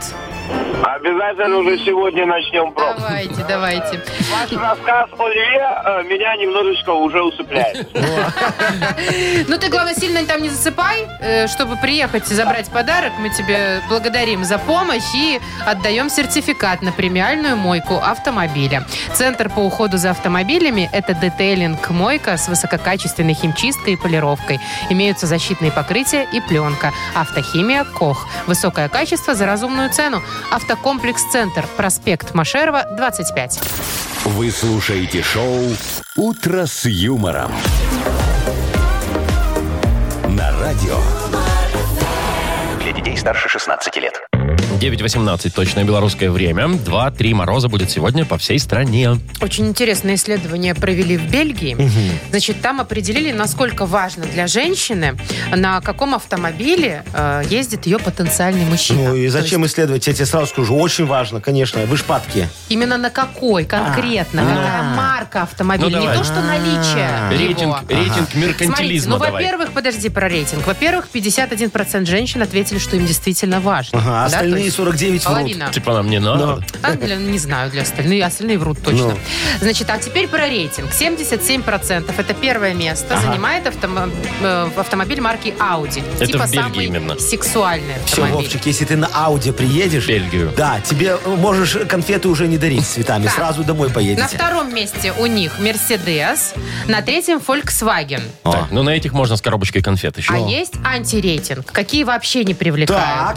Обязательно уже сегодня начнем пробовать. Давайте, давайте. Ваш рассказ о льве э, меня немножечко уже усыпляет. Ну ты, главное, сильно там не засыпай, э, чтобы приехать и забрать подарок. Мы тебе благодарим за помощь и отдаем сертификат на премиальную мойку автомобиля. Центр по уходу за автомобилями – это детейлинг-мойка с высококачественной химчисткой и полировкой. Имеются защитные покрытия и пленка. Автохимия «Кох». Высокое качество за разумную цену. Автокомплекс-центр. Проспект Машерова, 25. Вы слушаете шоу «Утро с юмором». На радио. Для детей старше 16 лет. 9.18, точное белорусское время. 2-3 мороза будет сегодня по всей стране. Очень интересное исследование провели в Бельгии. Значит, там определили, насколько важно для женщины, на каком автомобиле э, ездит ее потенциальный мужчина. Ну и зачем То исследовать? Я тебе сразу скажу, очень важно, конечно. Вы ж падки. есть Именно на какой конкретно, А, какая а. марка автомобиля, Ну, не давай. то, что наличие его. Рейтинг, рейтинг Смотрите, ну, меркантилизма давай. во-первых, подожди про рейтинг. Во-первых, 51% женщин ответили, что им действительно важно. Ага, а Да, то остальные есть 49 врут. половина. Типа нам не надо. А, для- не знаю, для остальных. Остальные врут точно. Ну. Значит, а теперь про рейтинг. 77% это первое место. Занимает автомо- э, автомобиль марки Audi. Это типа в Бельгии самый именно. сексуальный Все, автомобиль. Вовчик, если ты на Ауди приедешь... В Бельгию. Да, тебе э, можешь конфеты уже не дарить с [laughs] цветами. Так. Сразу домой на поедете. втором месте у них Mercedes, на третьем Volkswagen. Так, ну на этих можно с коробочкой конфет еще. А есть антирейтинг, какие вообще не привлекают,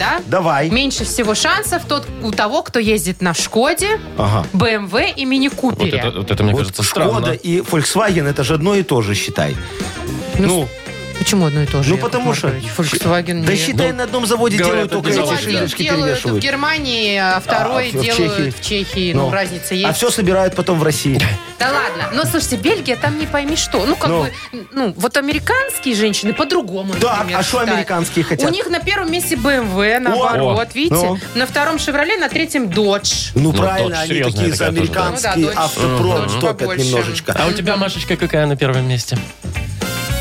Так, да? давай. Меньше всего шансов тот, у того, кто ездит на Шкоде, Ага. BMW и Вот мини-купере. это, вот это, мне Вот кажется, Шкода странно. и Volkswagen это же одно и то же, считай. Ну, Почему одно и то же? Ну, Яков потому что- Маркович? Volkswagen да нет. считай, на одном заводе Ну, говорят, делают только одни эти заводы. Один шишечки делают в перевешивают. Германии, а второй А, в- в Чехии. делают в Чехии. Ну, Ну. разница А есть. все собирают потом в России. Да ладно. Но, слушайте, Бельгия, там не пойми что. Ну, как Ну. бы, ну, вот американские женщины по-другому, Да, например, а что считают. американские У хотят? них на первом месте BMW, наоборот, О. видите? Ну. На втором Chevrolet, на третьем Dodge. Ну, Ну, Dodge правильно, они серьезная такие за такая тоже, да. Ну американский да, Dodge. автопром Мгм. топят Побольше. немножечко. А у тебя, Машечка, какая на первом месте?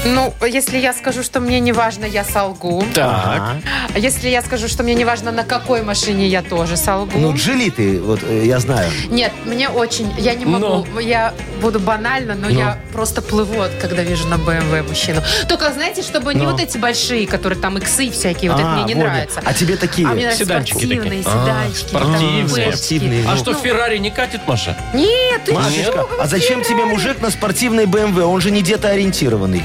Ну, если я скажу, что мне не важно, я солгу. Так. А Если я скажу, что мне не важно, на какой машине, я тоже солгу. Ну, джили ты, вот э, я знаю. Нет, мне очень... Я не могу. Я буду банально, но я просто плыву, от- когда вижу на BMW мужчину. Только, знаете, чтобы не Ну. вот эти большие, которые там иксы всякие, вот это А, мне не вот. нравится. А тебе такие? А мне нравятся Седанчики такие. спортивные, А, седанчики. спортивные. там, пешки. Спортивные. А Ну. что, Ну. Феррари не катит, Маша? Нет, ты Машечка, чего? а зачем тебе мужик на спортивной БМВ? Он же не детоориентированный.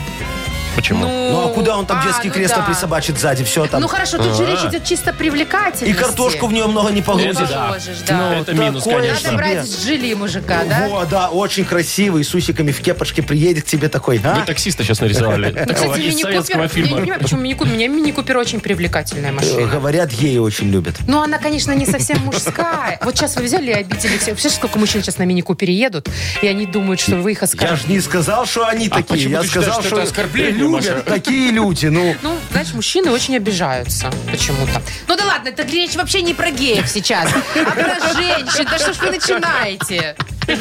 Почему? Ну, а куда он там а, детский ну кресло да. присобачит сзади? Все там. Ну хорошо, тут же А. речь идет чисто привлекательности. И картошку в нее много не не погрузишь. Это да. Ну, положишь, да. Это минус, такое конечно. Надо себе. брать с жили мужика, да? Во, да, очень красивый, с усиками в кепочке приедет к тебе такой. а? Вы таксиста сейчас нарисовали. Ну, Такого кстати, Из советского мини-купер... Я не фильма. понимаю, почему мини-купер. Меня мини-купер очень привлекательная Э, машина. Говорят, ей очень любят. Ну, она, конечно, не совсем мужская. Вот сейчас вы взяли и обидели всех. Вообще, сколько мужчин сейчас на минику переедут, и они думают, что вы их Я же оскорбили. не сказал, что они А такие. почему Я ты сказал, считаешь, что это оскорбление, любят Маша? такие люди. Ну, Ну, знаешь, мужчины очень обижаются почему-то. Ну да ладно, это речь вообще не про геев сейчас, а про женщин. Да что ж вы начинаете? Ну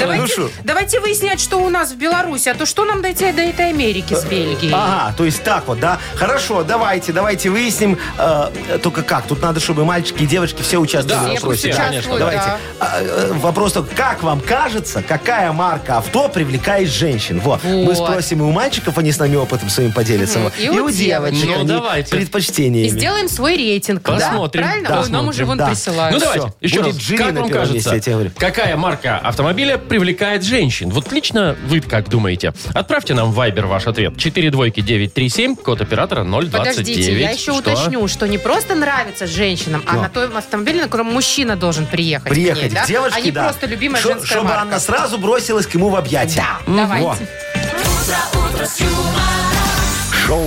Давайте, шо? давайте выяснять, что у нас в Беларуси, а то что нам дойти до этой Америки с Бельгией? А, Ага, то есть так вот, да? Хорошо, давайте, давайте выясним. э, только как? Тут надо, чтобы мальчики и девочки все участвовали Да, в Все пусть вопросе. все, да? конечно. участвуют, Давайте. да. А, э, вопрос только, как вам кажется, какая марка авто привлекает женщин? Во. Мы Вот. сможем и у мальчиков, они с нами опытом своим поделятся. Мгм. Вот. И у девочек. Ну, они давайте. И предпочтениями. сделаем свой рейтинг. да? Посмотрим, Правильно? да. Ой, нам уже вон Да. присылают. Ну давайте, А, Всё, еще будет раз. Джили Как на вам первом кажется, месте, я тебе говорю. какая марка автомобиля привлекает женщин? Вот лично вы как думаете? Отправьте нам в Viber ваш ответ. 4 двойки 937, код оператора 029. Подождите, я еще Что? уточню, что не просто нравится женщинам, а на той автомобиле, на котором мужчина должен приехать. к ней, Приехать да? к девочке, а не да. просто любимая Шо- женская Чтобы марка. она сразу бросилась к нему в объятия. Да, давайте. Шоу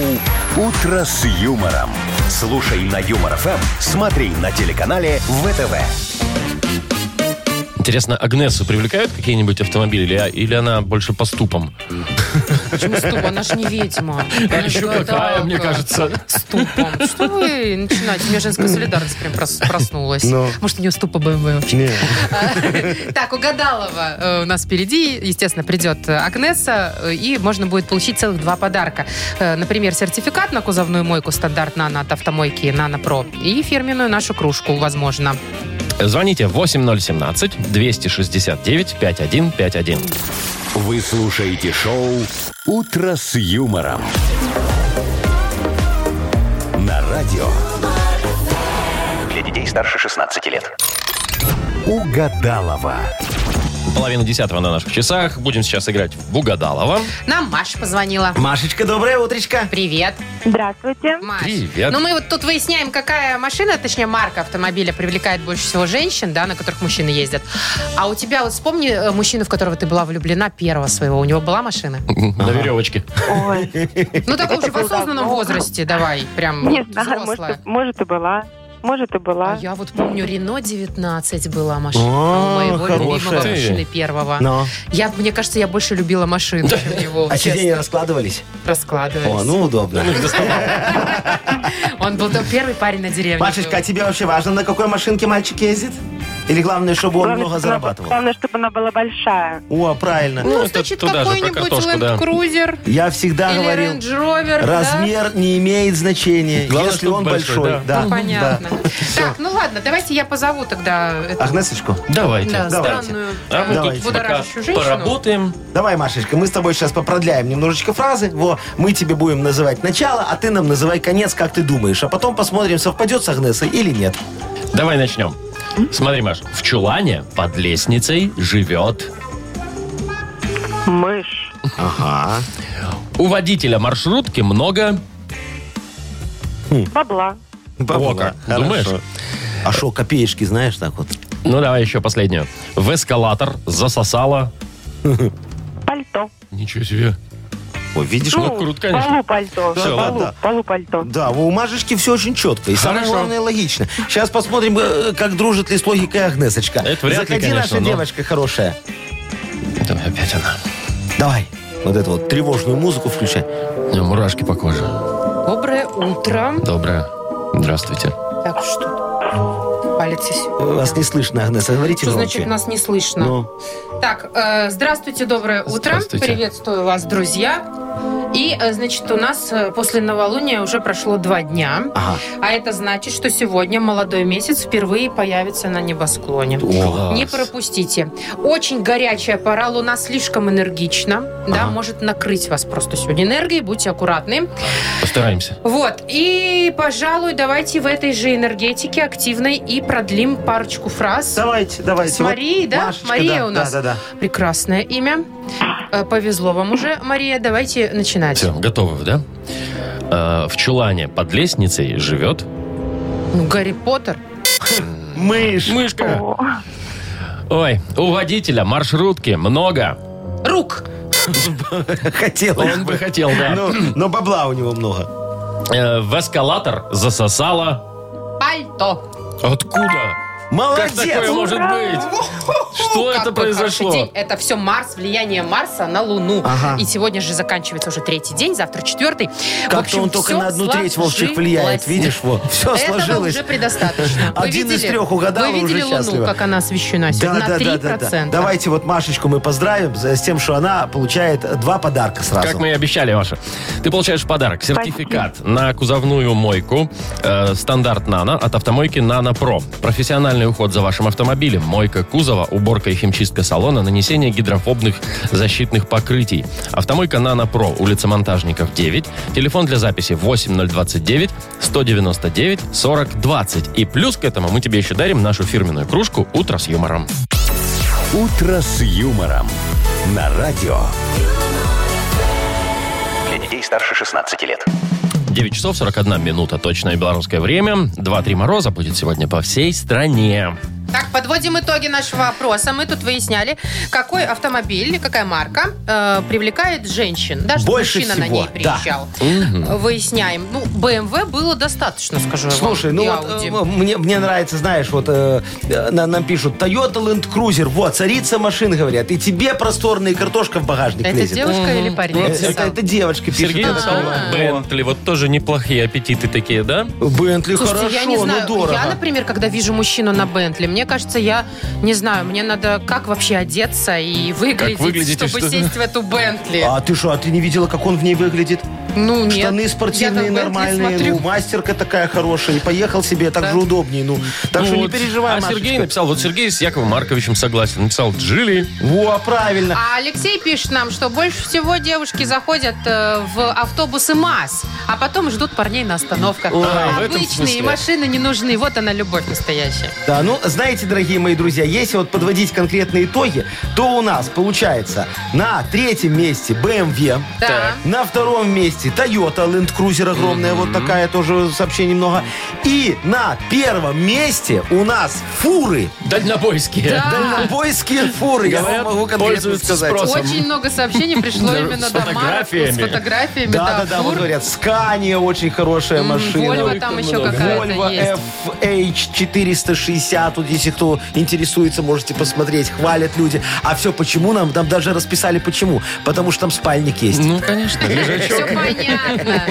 «Утро с юмором». Слушай на Юмор ФМ, смотри на телеканале ВТВ. Интересно, Агнесу привлекают какие-нибудь автомобили или, или она больше поступом? Почему ступа? Она ж не [laughs] ведьма. Она Еще же какая, гадалка. мне кажется. Ступом. Что вы начинаете? У меня женская солидарность прям прос- проснулась. Ну. Может, у нее ступа БМВ вообще? Не. [laughs] Так, у Гадалова э, у нас впереди, естественно, придет э, Агнеса, э, и можно будет получить целых два подарка. Э, Например, сертификат на кузовную мойку стандарт «Нано» от автомойки «Нано Про» и фирменную нашу кружку, возможно. Звоните 8017-269-5151. Вы слушаете шоу «Утро с юмором». На радио Для детей старше 16 лет. «Угадалова». Половина десятого на наших часах. Будем сейчас играть в Бугадалова. Нам Маша позвонила. Машечка, доброе утречко. Привет, Здравствуйте. Маш. Привет. Ну, мы вот тут выясняем, какая машина, точнее, марка автомобиля привлекает больше всего женщин, да, на которых мужчины ездят. А у тебя, вот вспомни э, мужчину, в которого ты была влюблена, первого своего. У него была машина? На веревочке. [laughs] Ой, Ну, такой Это уже в было осознанном давно. возрасте, давай, прям не вот знаю, взрослая. может, и- может и была. Может и А была. я вот помню, Рено 19 была машина. А О, у моего любимого хорошая. машины первого. Но. Я, мне кажется, я больше любила машину, чем его. А честно, сиденья раскладывались? О, раскладывались. ну удобно. Он был тот первый парень на деревне. Машечка, а был. тебе вообще важно, на какой машинке мальчик ездит? Или главное, чтобы он много чтобы она- зарабатывал? главное, чтобы она была большая. О, правильно. Ну, это значит, туда же, про какой-нибудь картошку, да. Land Cruiser Я всегда или говорил, Range Rover, да? размер не имеет значения, Главное, если чтобы он большой, большой. да. да. Ну, понятно. Да. Так, ну ладно, давайте я позову тогда эту, Агнесочку, Давайте. да, давайте. странную, А мы э, Давайте. тут пока будоражащую женщину. поработаем. давай, Машечка, мы с тобой сейчас попродляем немножечко фразы. Во, мы тебе будем называть начало, а ты нам называй конец, как ты думаешь. А потом посмотрим, совпадет с Агнесой или нет. Давай начнем. Смотри, Маш, в чулане под лестницей живет. Мышь. Ага. У водителя маршрутки много... Хм. Бабла. Во как, думаешь? Ну, А шо, копеечки, знаешь, так вот? Ну, давай еще последнюю. В эскалатор засосала... Пальто. Ничего себе. О, видишь, Ну, круто, конечно. Полу пальто. Да, полу, да. полу пальто. Да, у Машечки все очень четко. И самое Хорошо. главное, логично. Сейчас посмотрим, э, как дружит ли с логикой Агнесочка. Это вряд ли, Заходи, конечно, наша но- девочка хорошая. Там опять она. Давай. Вот эту вот тревожную музыку включай. У меня мурашки по коже. Доброе утро. Доброе. Здравствуйте. Так, что? Палитесь. Вас не слышно, Агнеса, говорите Что громче. значит нас не слышно? Ну, Так, э, здравствуйте, доброе утро. Здравствуйте. Приветствую вас, друзья. И, э, значит, у нас э, после новолуния уже прошло два дня. ага. [laughs] А это значит, что сегодня молодой месяц впервые появится на небосклоне. Класс. Не пропустите. Очень горячая пора, луна слишком энергична. Да, может накрыть вас просто сегодня энергией, будьте аккуратны. Постараемся. Вот, и, пожалуй, давайте в этой же энергетике активной и продлим парочку фраз. Давайте, давайте. С Марией, да? Машечка, Мария да, у нас. Да, да, Прекрасное имя. Э, Повезло вам уже, Мария. Давайте начинать. Все, готовы, вы, да? Э, в чулане под лестницей живет... Ну, Гарри Поттер. да. Мышь. Мышка. О, Ой, у водителя маршрутки много. Рук. Хотела Он бы хотел, да. Ну, но бабла у него много. Э, в эскалатор засосала... Пальто. Откуда? Как Молодец! такое может быть? Что это Какой хороший произошло? день. Это все Марс, влияние Марса на Луну. Ага. И сегодня же заканчивается уже третий день, завтра четвертый. В Как-то общем, он только всё на одну треть, Вовчик, сложилось. влияет. Видишь, вот. Все Этого сложилось. уже [laughs] предостаточно. Вы Один из видели- трех угадал, Вы и уже видели Луну, счастливо. как она освещена сегодня? На 3%. Давайте вот Машечку мы поздравим за- с тем, что она получает два подарка сразу. Как мы и обещали, Маша. Ты получаешь в подарок. Сертификат на кузовную мойку э, стандарт «Нано» от автомойки «Нано Про». Профессиональный уход за вашим автомобилем, мойка кузова, уборка и химчистка салона, нанесение гидрофобных защитных покрытий. Автомойка «Нано Про», улица Монтажников, 9. Телефон для записи 8029-199-4020. И плюс к этому мы тебе еще дарим нашу фирменную кружку «Утро с юмором». «Утро с юмором» на радио. Для детей старше 16 лет. 9 часов 41 минута, точное белорусское время. 2-3 мороза будет сегодня по всей стране. Так, подводим итоги нашего опроса. Мы тут выясняли, какой автомобиль, какая марка э, привлекает женщин. Даже Больше мужчина на всего, ней да. приезжал. Выясняем. Ну, BMW было достаточно, скажу я вам, Слушай, ну и вот Audi. э, м- мне, мне нравится, знаешь, вот э, э, на- нам пишут Toyota Land Cruiser, вот, царица машин, говорят, и тебе просторная картошка в багажник Это лезет. девушка или парень? Э, написал? Это, это девочка пишет. А, Сергей я так написал понимаю. Бентли. Вот тоже неплохие аппетиты такие, да? Бентли Слушайте, хорошо, я не знаю. но дорого. Я, например, когда вижу мужчину на Бентли, мне кажется, я не знаю, мне надо как вообще одеться и выглядеть, выглядеть и чтобы что? сесть в эту Бентли. А ты что, а ты не видела, как он в ней выглядит? ну нет. Штаны спортивные, я на Bentley нормальные, смотрю. ну, мастерка такая хорошая, и поехал себе, так Да. же удобнее, ну. Так Ну что не вот. переживай, А Машечка. Сергей написал, вот Сергей с Яковом Марковичем согласен. Написал Джили. Во, правильно. А Алексей пишет нам, что больше всего девушки заходят э, в автобусы МАЗ, а потом ждут парней на остановках. А, в этом смысле. Обычные машины не нужны. Вот она, любовь настоящая. Да, ну, знаете, дорогие мои друзья, если вот подводить конкретные итоги, то у нас получается на третьем месте BMW, Да. на втором месте Toyota Land Cruiser огромная, вот такая тоже сообщение немного, и на первом месте у нас фуры, Дальнобойские. дальнобойские фуры, я Говорят, вам могу конкретно пользуются сказать. спросом. Очень много сообщений пришло Да, именно с до Марка, фотографиями. С фотографиями, Да, да, да, фур. вот говорят, Скания очень хорошая М, Вольво машина. там Ой, еще много. какая-то есть. Volvo FH460, вот если кто интересуется, можете посмотреть, хвалят люди. А все почему нам, нам даже расписали почему. Потому что там спальник есть. Ну, конечно. Все понятно.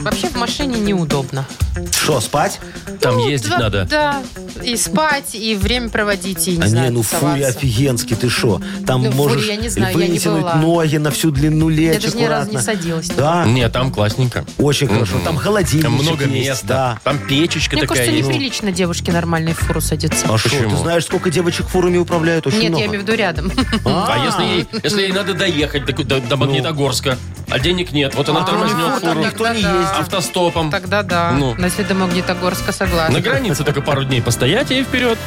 Вообще в машине неудобно. Что, спать? Там Ну, ездить да- надо. Да, и спать, и время проводить, и не А не, знаю, ну фури тусоваться. офигенский, ты шо? Там Ну, в фуре можешь я не знаю, я не вытянуть была. ноги на всю длину Я лечь даже ни разу не аккуратно. садилась. Да, Не, там классненько. очень хорошо. Там холодильник Там много есть, места. Да. Там печечка Мне такая кажется, есть. неприлично девушке нормальной в фуру садиться. А что, Почему? ты знаешь, сколько девочек фурами управляют? Очень Нет, много. я имею в виду рядом. А если ей, если ей надо доехать до, до- Ну. до Магнитогорска, а денег нет, вот она А, тормознет фуру ну, так Никто не Тогда да. ездит. автостопом. Тогда да. Ну. На следу Магнитогорска На согласна. границе только пару дней постоять и вперед.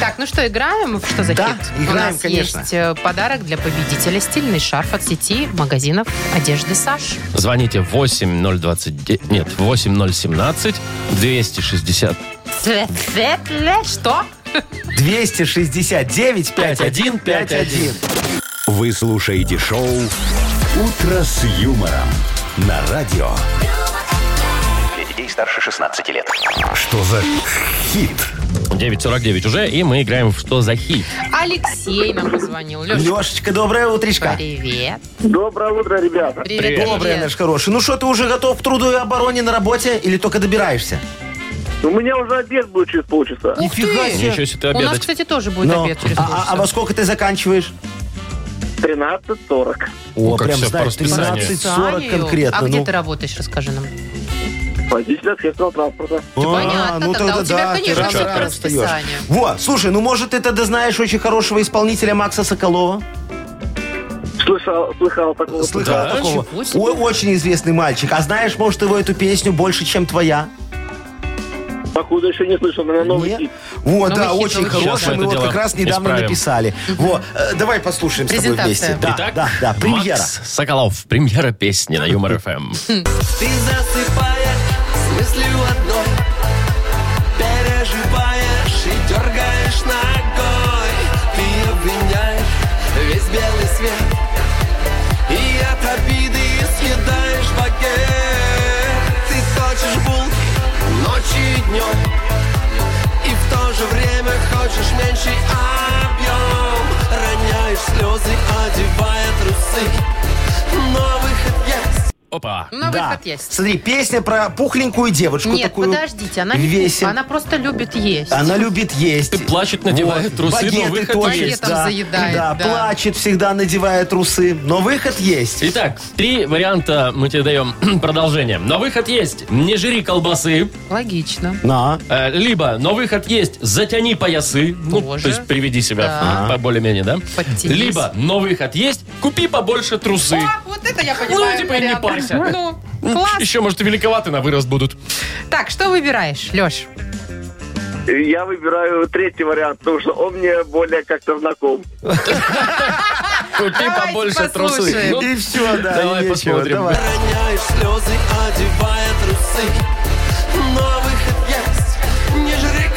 Так, ну что, играем? в Что за Да, хит? У играем, нас конечно. есть э, подарок для победителя. Стильный шарф от сети магазинов одежды Саш. Звоните 8029... Нет, 8017 260... Что? 269 5151. Вы слушаете шоу «Утро с юмором» на радио. Для детей старше 16 лет. Что за хит? 949 уже, и мы играем в «Что за хит?». Алексей нам позвонил. Леша, Лешечка, доброе утречко. привет. Доброе утро, ребята. Привет, Доброе, наш хороший. Ну что, ты уже готов к труду и обороне на работе или только добираешься? У меня уже обед будет через полчаса. Ух Нифига ты! себе. Ничего себе, ты У нас, обедать. кстати, тоже будет Ну, обед через а- а, а во полчаса. сколько ты заканчиваешь? 13.40. О, как прям всё по знаешь, расписанию. 13.40 Саню. конкретно. А где ну. ты работаешь, расскажи нам. Водитель общественного транспорта. А, понятно, тогда у тебя, ты конечно, рано всё по рано встаёшь. расписанию. Вот, слушай, ну может ты тогда знаешь очень хорошего исполнителя Макса Соколова? Слышал, слыхал такого. Слыхал Да, такого? ничего себе. О- очень известный мальчик. А знаешь, может, его эту песню больше, чем твоя? Походу еще не слышал, но на новый Нет? хит. Вот, да, Новый хит, очень новый хит. Сейчас мы хороший. это Мы вот дело как раз недавно исправим. написали. Вот, э, давай послушаем с тобой Презентация. вместе. Да, Итак, да, да, премьера. Макс Соколов, премьера песни на Юмор ФМ. Ты засыпаешь с мыслью одной Переживаешь и дергаешь ногой Ты обвиняешь весь белый свет И от обиды съедаешь багет Ты точишь булки ночью и днем И в то же слезы, одевая трусы. На выход я Опа. На Да. выход есть. Смотри, песня про пухленькую девочку Нет, такую. подождите, она не весит. она просто любит есть. Она любит есть. И плачет, надевает трусы, но багеты выход точит, есть. Багетом да. заедает, Да, да. плачет всегда, надевая трусы, но выход есть. Итак, три варианта мы тебе даем [clears throat] продолжение. На выход есть «Не жри колбасы», Логично. На. э, либо на выход есть «Затяни поясы», ну, Тоже. то есть приведи себя Да. в- по- более-менее, да? Подтянись. Либо на выход есть «Купи побольше трусы». А, вот это я понимаю. Ну, типа, и не вариант. парься. Ну, класс. Еще, может, и великоваты на вырост будут. Так, что выбираешь, Леш? Я выбираю третий вариант, потому что он мне более как-то знаком. Купи Давайте побольше трусы. послушаем. Ну, И все, да, Давай и нечего, посмотрим. давай. роняешь слезы, одевая трусы. На выход есть, не жри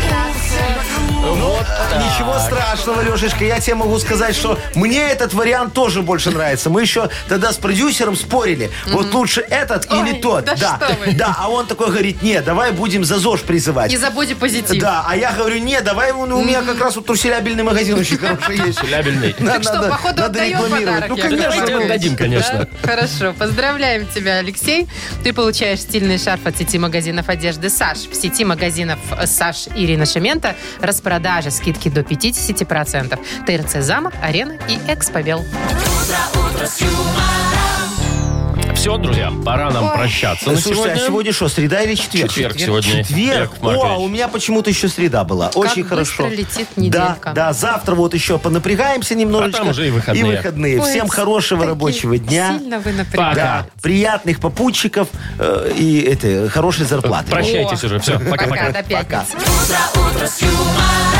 колбасы. вот так. Ничего страшного, Лешечка. Я тебе могу сказать, что мне этот вариант тоже больше нравится. Мы еще тогда с продюсером спорили. Вот лучше этот Ой, или тот. да что вы. да. А он такой говорит, нет, давай будем за ЗОЖ призывать. Не забудь позитив. Да, а я говорю, не, давай, ну, у меня как раз вот труселябельный магазин очень хороший есть. Лябельный. Так что, походу, отдаем подарок. Ну, Яков конечно, Давайте Маркович. мы- отдадим, конечно. Да? Хорошо. Поздравляем тебя, Алексей. Ты получаешь стильный шарф от сети магазинов одежды «Саш». В сети магазинов э, «Саш» Ирина Шамента распродажи, скидки до 50%. ТРЦ «Замок», «Арена» и «Экспобел». Все, друзья, пора нам прощаться на Слушайте, сегодня. а сегодня что, среда или четверг? Четверг сегодня, Четверг? Яков Маркович. О, а у меня почему-то еще среда была. Очень хорошо. быстро летит неделька. Да, да, завтра вот еще понапрягаемся немножечко. А там уже и выходные. И выходные. Ой, Всем хорошего такие рабочего дня. Сильно вы Пока. Да, приятных попутчиков э, и это, хорошей зарплаты. Прощайтесь уже. Все, Пока, пока-пока. до пятницы. Утро, утро с юмором.